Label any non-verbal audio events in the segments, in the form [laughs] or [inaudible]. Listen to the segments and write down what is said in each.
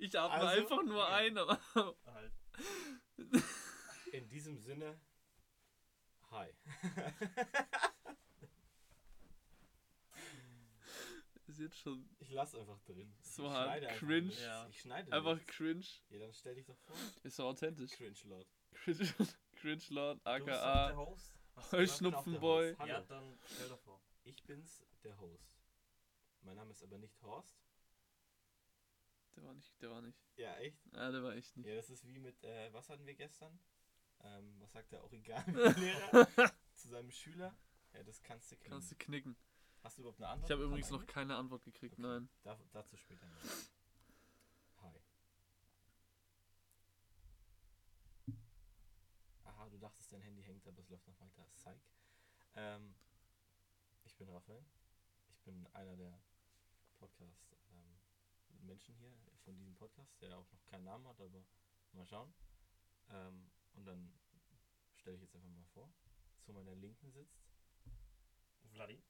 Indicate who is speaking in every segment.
Speaker 1: Ich atme
Speaker 2: Also,
Speaker 1: einfach nur
Speaker 2: ja.
Speaker 1: ein. aber-
Speaker 2: Halt. In diesem Sinne, hi.
Speaker 1: [laughs] Ist jetzt schon
Speaker 2: Ich lass einfach drin.
Speaker 1: So
Speaker 2: ich
Speaker 1: hart
Speaker 2: schneide einfach
Speaker 1: cringe.
Speaker 2: nichts.
Speaker 3: Ja.
Speaker 2: Ich schneide
Speaker 1: einfach
Speaker 2: nichts.
Speaker 1: cringe.
Speaker 2: Ja, dann stell dich doch vor.
Speaker 1: Ist so authentisch.
Speaker 2: Cringe Lord.
Speaker 1: [laughs] Cringe, cringe Lord,
Speaker 3: Du bist doch der
Speaker 1: aka
Speaker 3: Host. Hast du gesagt?
Speaker 1: Heuschnupfenboy.
Speaker 2: Hallo.
Speaker 3: Ja, dann stell doch vor.
Speaker 2: Ich bin's, der Host. Mein Name ist aber nicht Horst.
Speaker 1: Der war nicht, der war nicht.
Speaker 2: Ja, echt?
Speaker 1: Ah, der war echt nicht.
Speaker 2: Ja, das ist wie mit, äh, was hatten wir gestern? Ähm, was sagt der
Speaker 1: [laughs]
Speaker 2: Origami-Lehrer zu seinem Schüler? Ja, genau. das kannst du kriegen.
Speaker 1: Kannst du knicken.
Speaker 2: Hast du überhaupt eine Antwort?
Speaker 1: Ich habe
Speaker 2: bekommen
Speaker 1: übrigens noch
Speaker 2: eigentlich?
Speaker 1: keine Antwort gekriegt,
Speaker 2: Okay.
Speaker 1: nein.
Speaker 2: Da, dazu später noch. Hi. Aha, du dachtest, dein Handy hängt, aber es läuft noch weiter. Psych. Ähm, ich bin Raphael. Ich bin einer der Podcast-Menschen hier von diesem Podcast, der auch noch keinen Namen hat, aber mal schauen. Ähm, und dann stelle ich jetzt einfach mal vor. Zu meiner Linken sitzt
Speaker 3: Vladi.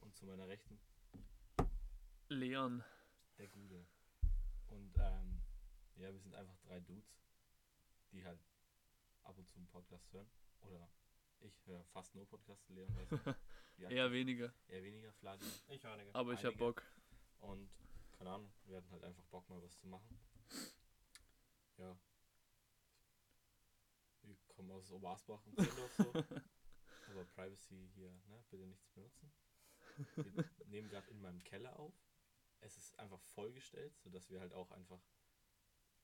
Speaker 2: und zu meiner Rechten
Speaker 1: Leon.
Speaker 2: Der Gute. Und ähm, ja, wir sind einfach drei Dudes, die halt ab und zu einen Podcast hören. Oder ich höre fast nur Podcasts, Leon. weiß nicht. Ja,
Speaker 1: Eher weniger.
Speaker 2: eher weniger Fladi.
Speaker 3: Ich höre einige.
Speaker 1: Aber ich hab
Speaker 2: Einige.
Speaker 1: Bock.
Speaker 2: Und keine Ahnung, wir hatten halt einfach Bock mal was zu machen. Ja. Wir kommen aus Obersbach und Zehlendorf so. Aber Privacy hier, ne? Bitte nichts benutzen. Wir nehmen gerade in meinem Keller auf. Es ist einfach vollgestellt, sodass wir halt auch einfach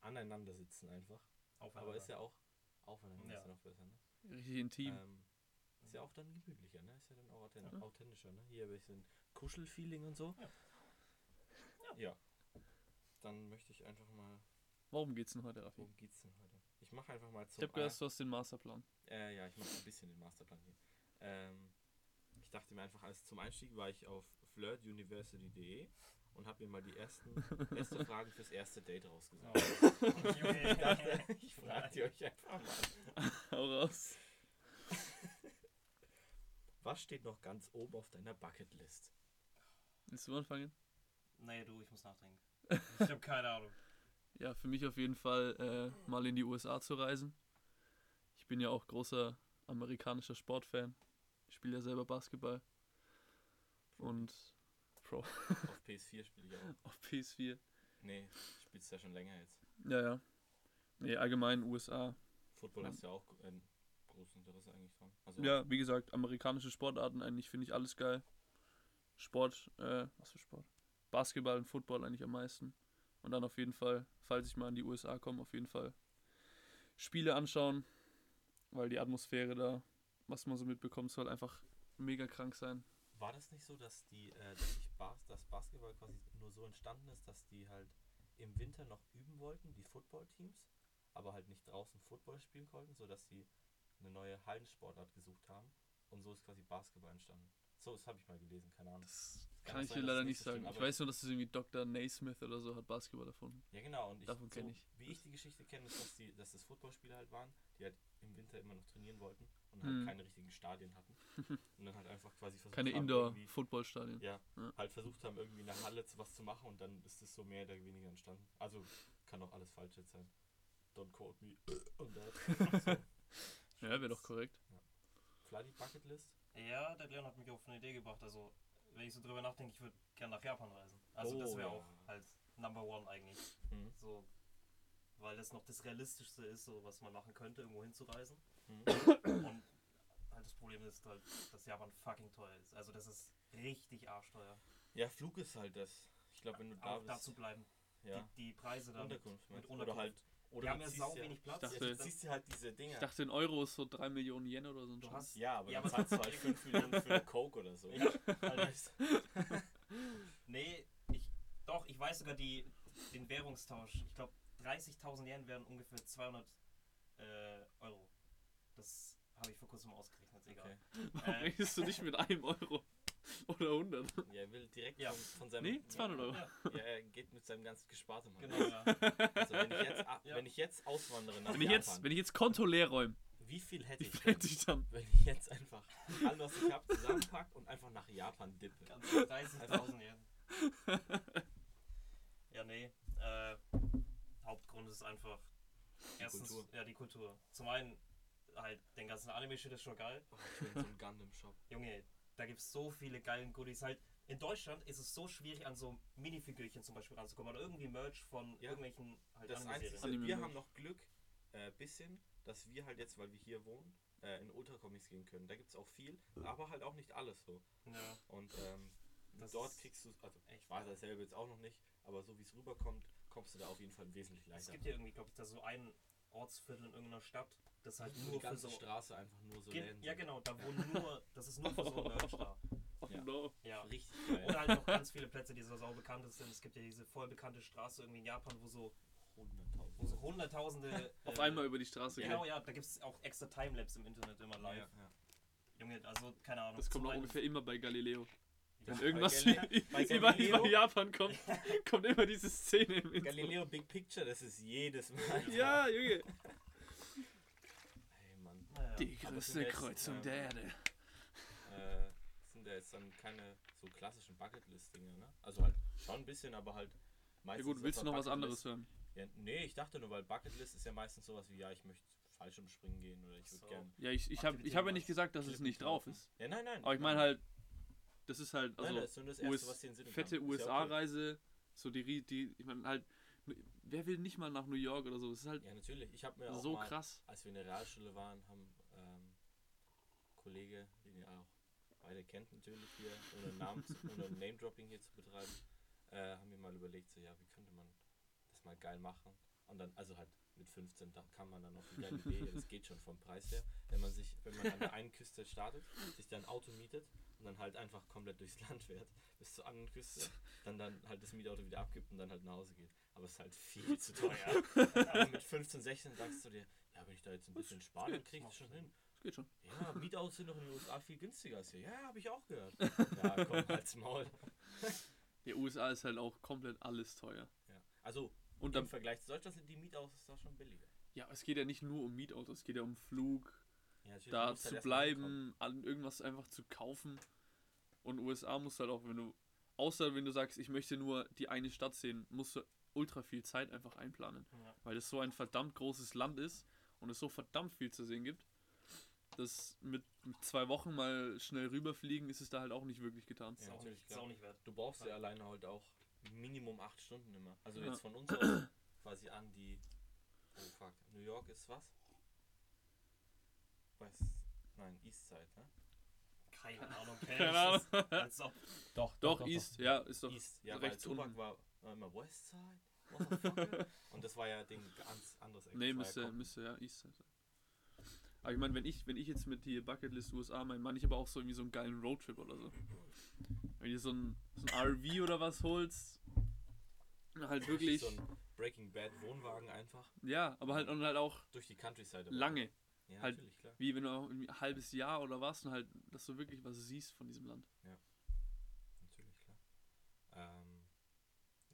Speaker 2: aneinander sitzen einfach. Aber ist ja auch aufeinander
Speaker 3: Ja.
Speaker 2: ist ja noch besser, ne?
Speaker 1: Richtig intim.
Speaker 2: Ähm, ist ja auch dann gemütlicher, ne? Ist ja dann auch authent authentischer, ne? Hier ein bisschen Kuschelfeeling und so.
Speaker 3: Ja.
Speaker 2: Ja. Dann möchte ich einfach mal.
Speaker 1: Worum geht's denn heute, Raffi?
Speaker 2: Worum geht's denn heute? Ich mache einfach mal
Speaker 1: Ich
Speaker 2: zum.
Speaker 1: hab gehört, du hast den Masterplan. [laughs]
Speaker 2: äh, ja, ich mache ein bisschen den Masterplan hier. Ähm, ich dachte mir einfach, als zum Einstieg war ich auf flirtuniversity.de und habe mir mal die ersten
Speaker 1: [laughs]
Speaker 2: erste Fragen fürs erste Date rausgesucht. Ich
Speaker 3: [laughs]
Speaker 2: dachte, [laughs] ich frage die euch einfach mal.
Speaker 1: Hau raus.
Speaker 2: Was steht noch ganz oben auf deiner Bucketlist?
Speaker 1: Willst du anfangen?
Speaker 3: Nee, du, ich muss nachdenken. [laughs] Ich habe keine Ahnung.
Speaker 1: Ja, für mich auf jeden Fall äh, mal in die USA zu reisen. Ich bin ja auch großer amerikanischer Sportfan. Ich spiele ja selber Basketball. Und Pro
Speaker 2: Auf PS4 spiele ich auch.
Speaker 1: auf PS4.
Speaker 2: Nee, spielst ja schon länger jetzt.
Speaker 1: Ja, ja. Nee, allgemein USA.
Speaker 2: Football
Speaker 1: Ja.
Speaker 2: hast ja auch ein großes Interesse eigentlich dran. Also
Speaker 1: Ja, wie gesagt, amerikanische Sportarten eigentlich finde ich alles geil. Sport, äh, was für Sport? Basketball und Football eigentlich am meisten. Und dann auf jeden Fall, falls ich mal in die USA komme, auf jeden Fall Spiele anschauen, weil die Atmosphäre da, was man so mitbekommt, soll einfach mega krank sein.
Speaker 2: War das nicht so, dass die, äh, dass ich Bas dass Basketball quasi nur so entstanden ist, dass die halt im Winter noch üben wollten, die Football-Teams, aber halt nicht draußen Football spielen konnten, sodass sie eine neue Hallensportart gesucht haben. Und so ist quasi Basketball entstanden. So, das habe ich mal gelesen, keine Ahnung.
Speaker 1: Das
Speaker 2: Kann
Speaker 1: kann
Speaker 2: auch
Speaker 1: ich
Speaker 2: sein,
Speaker 1: dir
Speaker 2: dass
Speaker 1: leider
Speaker 2: es nicht
Speaker 1: nicht
Speaker 2: so stimmt,
Speaker 1: sagen. Ich
Speaker 2: aber-
Speaker 1: weiß nur, dass es irgendwie Dr. Naismith oder so hat Basketball erfunden.
Speaker 2: Ja, genau. Und ich,
Speaker 1: Davon kenn
Speaker 2: so,
Speaker 1: ich.
Speaker 2: Wie ich die Geschichte kenne, ist, dass, die, dass das Footballspieler halt waren, die halt im Winter immer noch trainieren wollten und halt
Speaker 1: Mhm.
Speaker 2: keine richtigen Stadien
Speaker 1: [laughs]
Speaker 2: hatten. und dann halt einfach quasi versucht
Speaker 1: Keine
Speaker 2: haben, irgendwie-
Speaker 1: Indoor-Footballstadien.
Speaker 2: Ja,
Speaker 1: Ja.
Speaker 2: halt versucht haben, irgendwie in der Halle zu- was zu machen und dann ist es so mehr oder weniger entstanden. Also kann auch alles falsch jetzt sein. Don't quote me. [laughs] Und that. so.
Speaker 1: Ja, wäre doch korrekt.
Speaker 2: Fladdy Bucketlist.
Speaker 3: Ja, der Leon hat mich auf eine Idee gebracht. Also, wenn ich so drüber nachdenke, ich würde gerne nach Japan reisen. Also,
Speaker 2: Oh,
Speaker 3: das wäre
Speaker 2: ja.
Speaker 3: auch halt Number One eigentlich. So, weil das noch das Realistischste ist, so was man machen könnte, irgendwo hinzureisen.
Speaker 2: Mhm.
Speaker 3: Und halt das Problem ist halt, dass Japan fucking teuer ist. Also, das ist richtig arschteuer.
Speaker 2: Ja, Flug ist halt das. Ich glaube, wenn du da
Speaker 3: Auch
Speaker 2: bist.
Speaker 3: dazu bleiben.
Speaker 2: ja.
Speaker 3: Die, die Preise da mit,
Speaker 2: Unterkunft,
Speaker 3: mit
Speaker 2: meinst du?
Speaker 3: Unterkunft.
Speaker 2: Oder halt. Oder
Speaker 3: die haben
Speaker 2: du
Speaker 3: ja
Speaker 2: ziehst
Speaker 3: sau wenig Platz.
Speaker 1: dachte-
Speaker 2: Ja, du ziehst dir halt diese Dinger.
Speaker 1: Ich dachte, in Euro ist so 3 Millionen Yen oder so ein
Speaker 3: du
Speaker 1: Scheiß.
Speaker 3: hast,
Speaker 2: ja, aber
Speaker 3: Ja,
Speaker 2: dann
Speaker 3: aber- [laughs]
Speaker 2: zahlst du halt 5 Millionen für eine Coke oder so. Halt.
Speaker 3: Alter. nee, ich, doch, ich weiß sogar die, den Währungstausch. Ich glaube, 30.000 Yen wären ungefähr 200 äh, Euro. Das habe ich vor kurzem ausgerechnet, egal. Äh,
Speaker 1: Rechnest du nicht mit einem Euro oder 100?
Speaker 2: Ja, er will direkt
Speaker 3: Ja.
Speaker 2: von, von seinem.
Speaker 1: Nee, 200 Euro.
Speaker 3: Ja,
Speaker 2: Ja, er geht mit seinem ganzen Gespartem halt. [laughs]
Speaker 3: genau, ja.
Speaker 2: Also, wenn ich jetzt,
Speaker 3: Ja.
Speaker 2: wenn ich jetzt auswandere nach
Speaker 1: Wenn ich jetzt,
Speaker 2: Japan,
Speaker 1: wenn ich jetzt Konto leer räume,
Speaker 2: wie Wie viel hätte
Speaker 1: Ich
Speaker 2: ich,
Speaker 1: hätte
Speaker 2: denn,
Speaker 1: ich dann.
Speaker 2: wenn ich jetzt einfach alles, was ich habe, zusammenpack und einfach nach Japan dippe?
Speaker 3: Ganze 30.000
Speaker 2: [laughs]
Speaker 3: Yen. Ja, nee. Äh, Hauptgrund ist einfach erstens
Speaker 2: Kultur.
Speaker 3: ja die Kultur. Zum einen halt den ganzen Anime-Shit ist schon geil.
Speaker 2: Oh, ich bin so ein Gundam-Shop.
Speaker 3: Junge, da gibt es so viele geile Goodies. Halt in Deutschland ist es so schwierig an so Minifigürchen zum Beispiel ranzukommen oder irgendwie Merch von
Speaker 2: Ja.
Speaker 3: irgendwelchen halt
Speaker 2: Das Einzige,
Speaker 3: Anime-Serien.
Speaker 1: Anime
Speaker 2: wir
Speaker 1: Merch.
Speaker 2: haben noch Glück, äh, bisschen, dass wir halt jetzt, weil wir hier wohnen, äh, in Ultra-Comics gehen können. Da gibt es auch viel, aber halt auch nicht alles so.
Speaker 3: Ja,
Speaker 2: Und ähm,
Speaker 3: Das
Speaker 2: dort
Speaker 3: ist
Speaker 2: kriegst du, also ich
Speaker 3: echt
Speaker 2: weiß
Speaker 3: geil.
Speaker 2: dasselbe jetzt auch noch nicht, aber so wie es rüberkommt, kommst du da auf jeden Fall wesentlich
Speaker 3: Es
Speaker 2: leichter.
Speaker 3: gibt ja irgendwie, glaube ich, da so ein Ortsviertel in irgendeiner Stadt, das halt
Speaker 2: Wo die
Speaker 3: nur für
Speaker 2: ganze
Speaker 3: so.
Speaker 2: Straße einfach nur so
Speaker 3: Ge-
Speaker 2: Läden
Speaker 3: ja,
Speaker 2: sind.
Speaker 3: genau, da wohnen nur, das ist nur für so Merch da.
Speaker 1: Oh
Speaker 2: Ja.
Speaker 1: no.
Speaker 3: Ja.
Speaker 2: Richtig geil.
Speaker 3: Oder halt noch ganz viele Plätze, die so sau bekannt sind. Es gibt ja diese voll bekannte Straße irgendwie in Japan, wo so,
Speaker 2: 100.000.
Speaker 3: wo so hunderttausende.
Speaker 1: Auf
Speaker 3: äh,
Speaker 1: einmal über die Straße
Speaker 3: Genau,
Speaker 1: geht.
Speaker 3: ja, da gibt es auch extra Timelapse im Internet immer
Speaker 2: Ja,
Speaker 3: live.
Speaker 2: ja.
Speaker 3: Junge, also keine Ahnung.
Speaker 1: Das kommt auch
Speaker 3: zum
Speaker 1: ungefähr immer bei Galileo.
Speaker 3: einen-
Speaker 1: Wenn
Speaker 3: Ja.
Speaker 1: irgendwas [laughs]
Speaker 2: Galileo- bei
Speaker 1: über,
Speaker 2: Galileo-
Speaker 1: über Japan kommt,
Speaker 2: [laughs]
Speaker 1: kommt immer diese Szene im Intro.
Speaker 2: Galileo Big Picture, das ist jedes Mal. [laughs]
Speaker 1: Ja, Junge.
Speaker 2: Hey, Mann.
Speaker 3: Naja.
Speaker 1: Die
Speaker 2: aber
Speaker 1: größte
Speaker 2: sind jetzt,
Speaker 1: Kreuzung
Speaker 2: ähm,
Speaker 1: der Erde.
Speaker 2: Äh, sind ja jetzt dann keine so klassischen Bucketlist-Dinger, ne? Also halt schon ein bisschen, aber halt
Speaker 1: Ja
Speaker 2: meistens.
Speaker 1: gut, willst du
Speaker 2: einfach
Speaker 1: noch was anderes
Speaker 2: Bucketlist-
Speaker 1: hören?
Speaker 2: Ja, nee, ich dachte nur, weil Bucketlist ist ja meistens sowas wie, ja, ich möchte Fallschirmspringen gehen oder ich würde
Speaker 3: So.
Speaker 2: gerne.
Speaker 1: Ja, ich, ich habe ich hab ja nicht gesagt, dass es nicht drauf ist.
Speaker 2: Ja, nein, nein.
Speaker 1: Aber ich meine halt, das ist halt,
Speaker 2: nein,
Speaker 1: also
Speaker 2: das ist nur das Erste,
Speaker 1: US,
Speaker 2: was dir in den Sinn
Speaker 1: fette
Speaker 2: kam. Ist ja okay.
Speaker 1: USA-Reise, so die, Rie- die, ich meine halt, wer will nicht mal nach New York oder so? Das ist halt
Speaker 2: Ja, natürlich. Ich habe mir auch
Speaker 1: so
Speaker 2: mal,
Speaker 1: krass.
Speaker 2: als wir in der Realschule waren, haben ähm, Kollege, den ihr auch beide kennt natürlich hier, ohne Namen, zu- ohne Name-Dropping hier zu betreiben, äh, haben wir mal überlegt, so ja, wie könnte man das mal geil machen? Und dann, also halt mit 15, da kann man dann auf die geile Idee, ja, das geht schon vom Preis her, wenn man sich, wenn man an der einen Küste startet, sich dann ein Auto mietet und dann halt einfach komplett durchs Land fährt, [laughs] bis zur anderen Küste, dann dann halt das Mietauto wieder abgibt und dann halt nach Hause geht. Aber es ist halt viel zu teuer. Aber mit 15, 16 sagst du dir, ja, wenn ich da jetzt ein bisschen spare, dann krieg ich das schon hin.
Speaker 1: Das geht schon.
Speaker 2: Ja, Mietautos sind doch in den USA viel günstiger als hier. Ja, habe ich auch gehört.
Speaker 1: [laughs]
Speaker 2: Ja, komm, halt's Maul.
Speaker 1: Ja, USA ist halt auch komplett alles teuer.
Speaker 2: Ja. Also,
Speaker 1: Und
Speaker 2: im
Speaker 1: dann,
Speaker 2: Vergleich zu Deutschland sind die Mietautos da schon billiger.
Speaker 1: ja, es geht ja nicht nur um Mietautos, es geht ja um Flug,
Speaker 2: Ja, natürlich, du
Speaker 1: da
Speaker 2: musst halt
Speaker 1: zu
Speaker 2: erst mal hinkommen.
Speaker 1: bleiben, an irgendwas einfach zu kaufen. Und USA musst du halt auch, wenn du, außer wenn du sagst, ich möchte nur die eine Stadt sehen, musst du ultra viel Zeit einfach einplanen.
Speaker 3: Ja.
Speaker 1: Weil das so ein verdammt großes Land ist und es so verdammt viel zu sehen gibt, dass mit zwei Wochen mal schnell rüberfliegen, ist es da halt auch nicht wirklich getan.
Speaker 3: Ist,
Speaker 2: Ja,
Speaker 3: auch
Speaker 2: natürlich,
Speaker 3: nicht, ist
Speaker 2: klar.
Speaker 3: auch nicht wert.
Speaker 2: Du brauchst ja alleine halt auch Minimum 8 Stunden immer. Also
Speaker 1: Ja.
Speaker 2: jetzt von uns
Speaker 1: [clears throat]
Speaker 2: aus quasi an die. Oh fuck. New York ist was? West. Nein, Eastside, ne?
Speaker 3: Keine
Speaker 1: [laughs]
Speaker 3: Ahnung. Keine,
Speaker 1: Keine Ahnung.
Speaker 3: Als ob.
Speaker 2: Doch,
Speaker 1: Doch, East, ja, ist doch
Speaker 2: East. Ja, weil
Speaker 1: rechts
Speaker 2: Tupac
Speaker 1: unten.
Speaker 2: war, war immer Westside.
Speaker 1: [laughs]
Speaker 2: Motherfucker. Und das war ja Ding ganz anderes Eck.
Speaker 1: Nee,
Speaker 2: Das war ja
Speaker 1: müsste,
Speaker 2: komplett-
Speaker 1: müsste, ja, East halt sein. Aber ich meine, wenn ich, wenn ich jetzt mit hier Bucketlist USA meine, meine ich aber auch so irgendwie so einen geilen Roadtrip oder so. Wenn du so ein, so ein RV oder was holst, halt [laughs] wirklich,
Speaker 2: So ein Breaking Bad Wohnwagen einfach
Speaker 1: ja, aber halt und halt auch
Speaker 2: durch die Countryside. aber-
Speaker 1: lange.
Speaker 2: Ja,
Speaker 1: halt-
Speaker 2: natürlich, klar.
Speaker 1: Wie wenn du auch irgendwie ein halbes Jahr oder was und halt, dass du wirklich was siehst von diesem Land.
Speaker 2: Natürlich, klar. Ähm,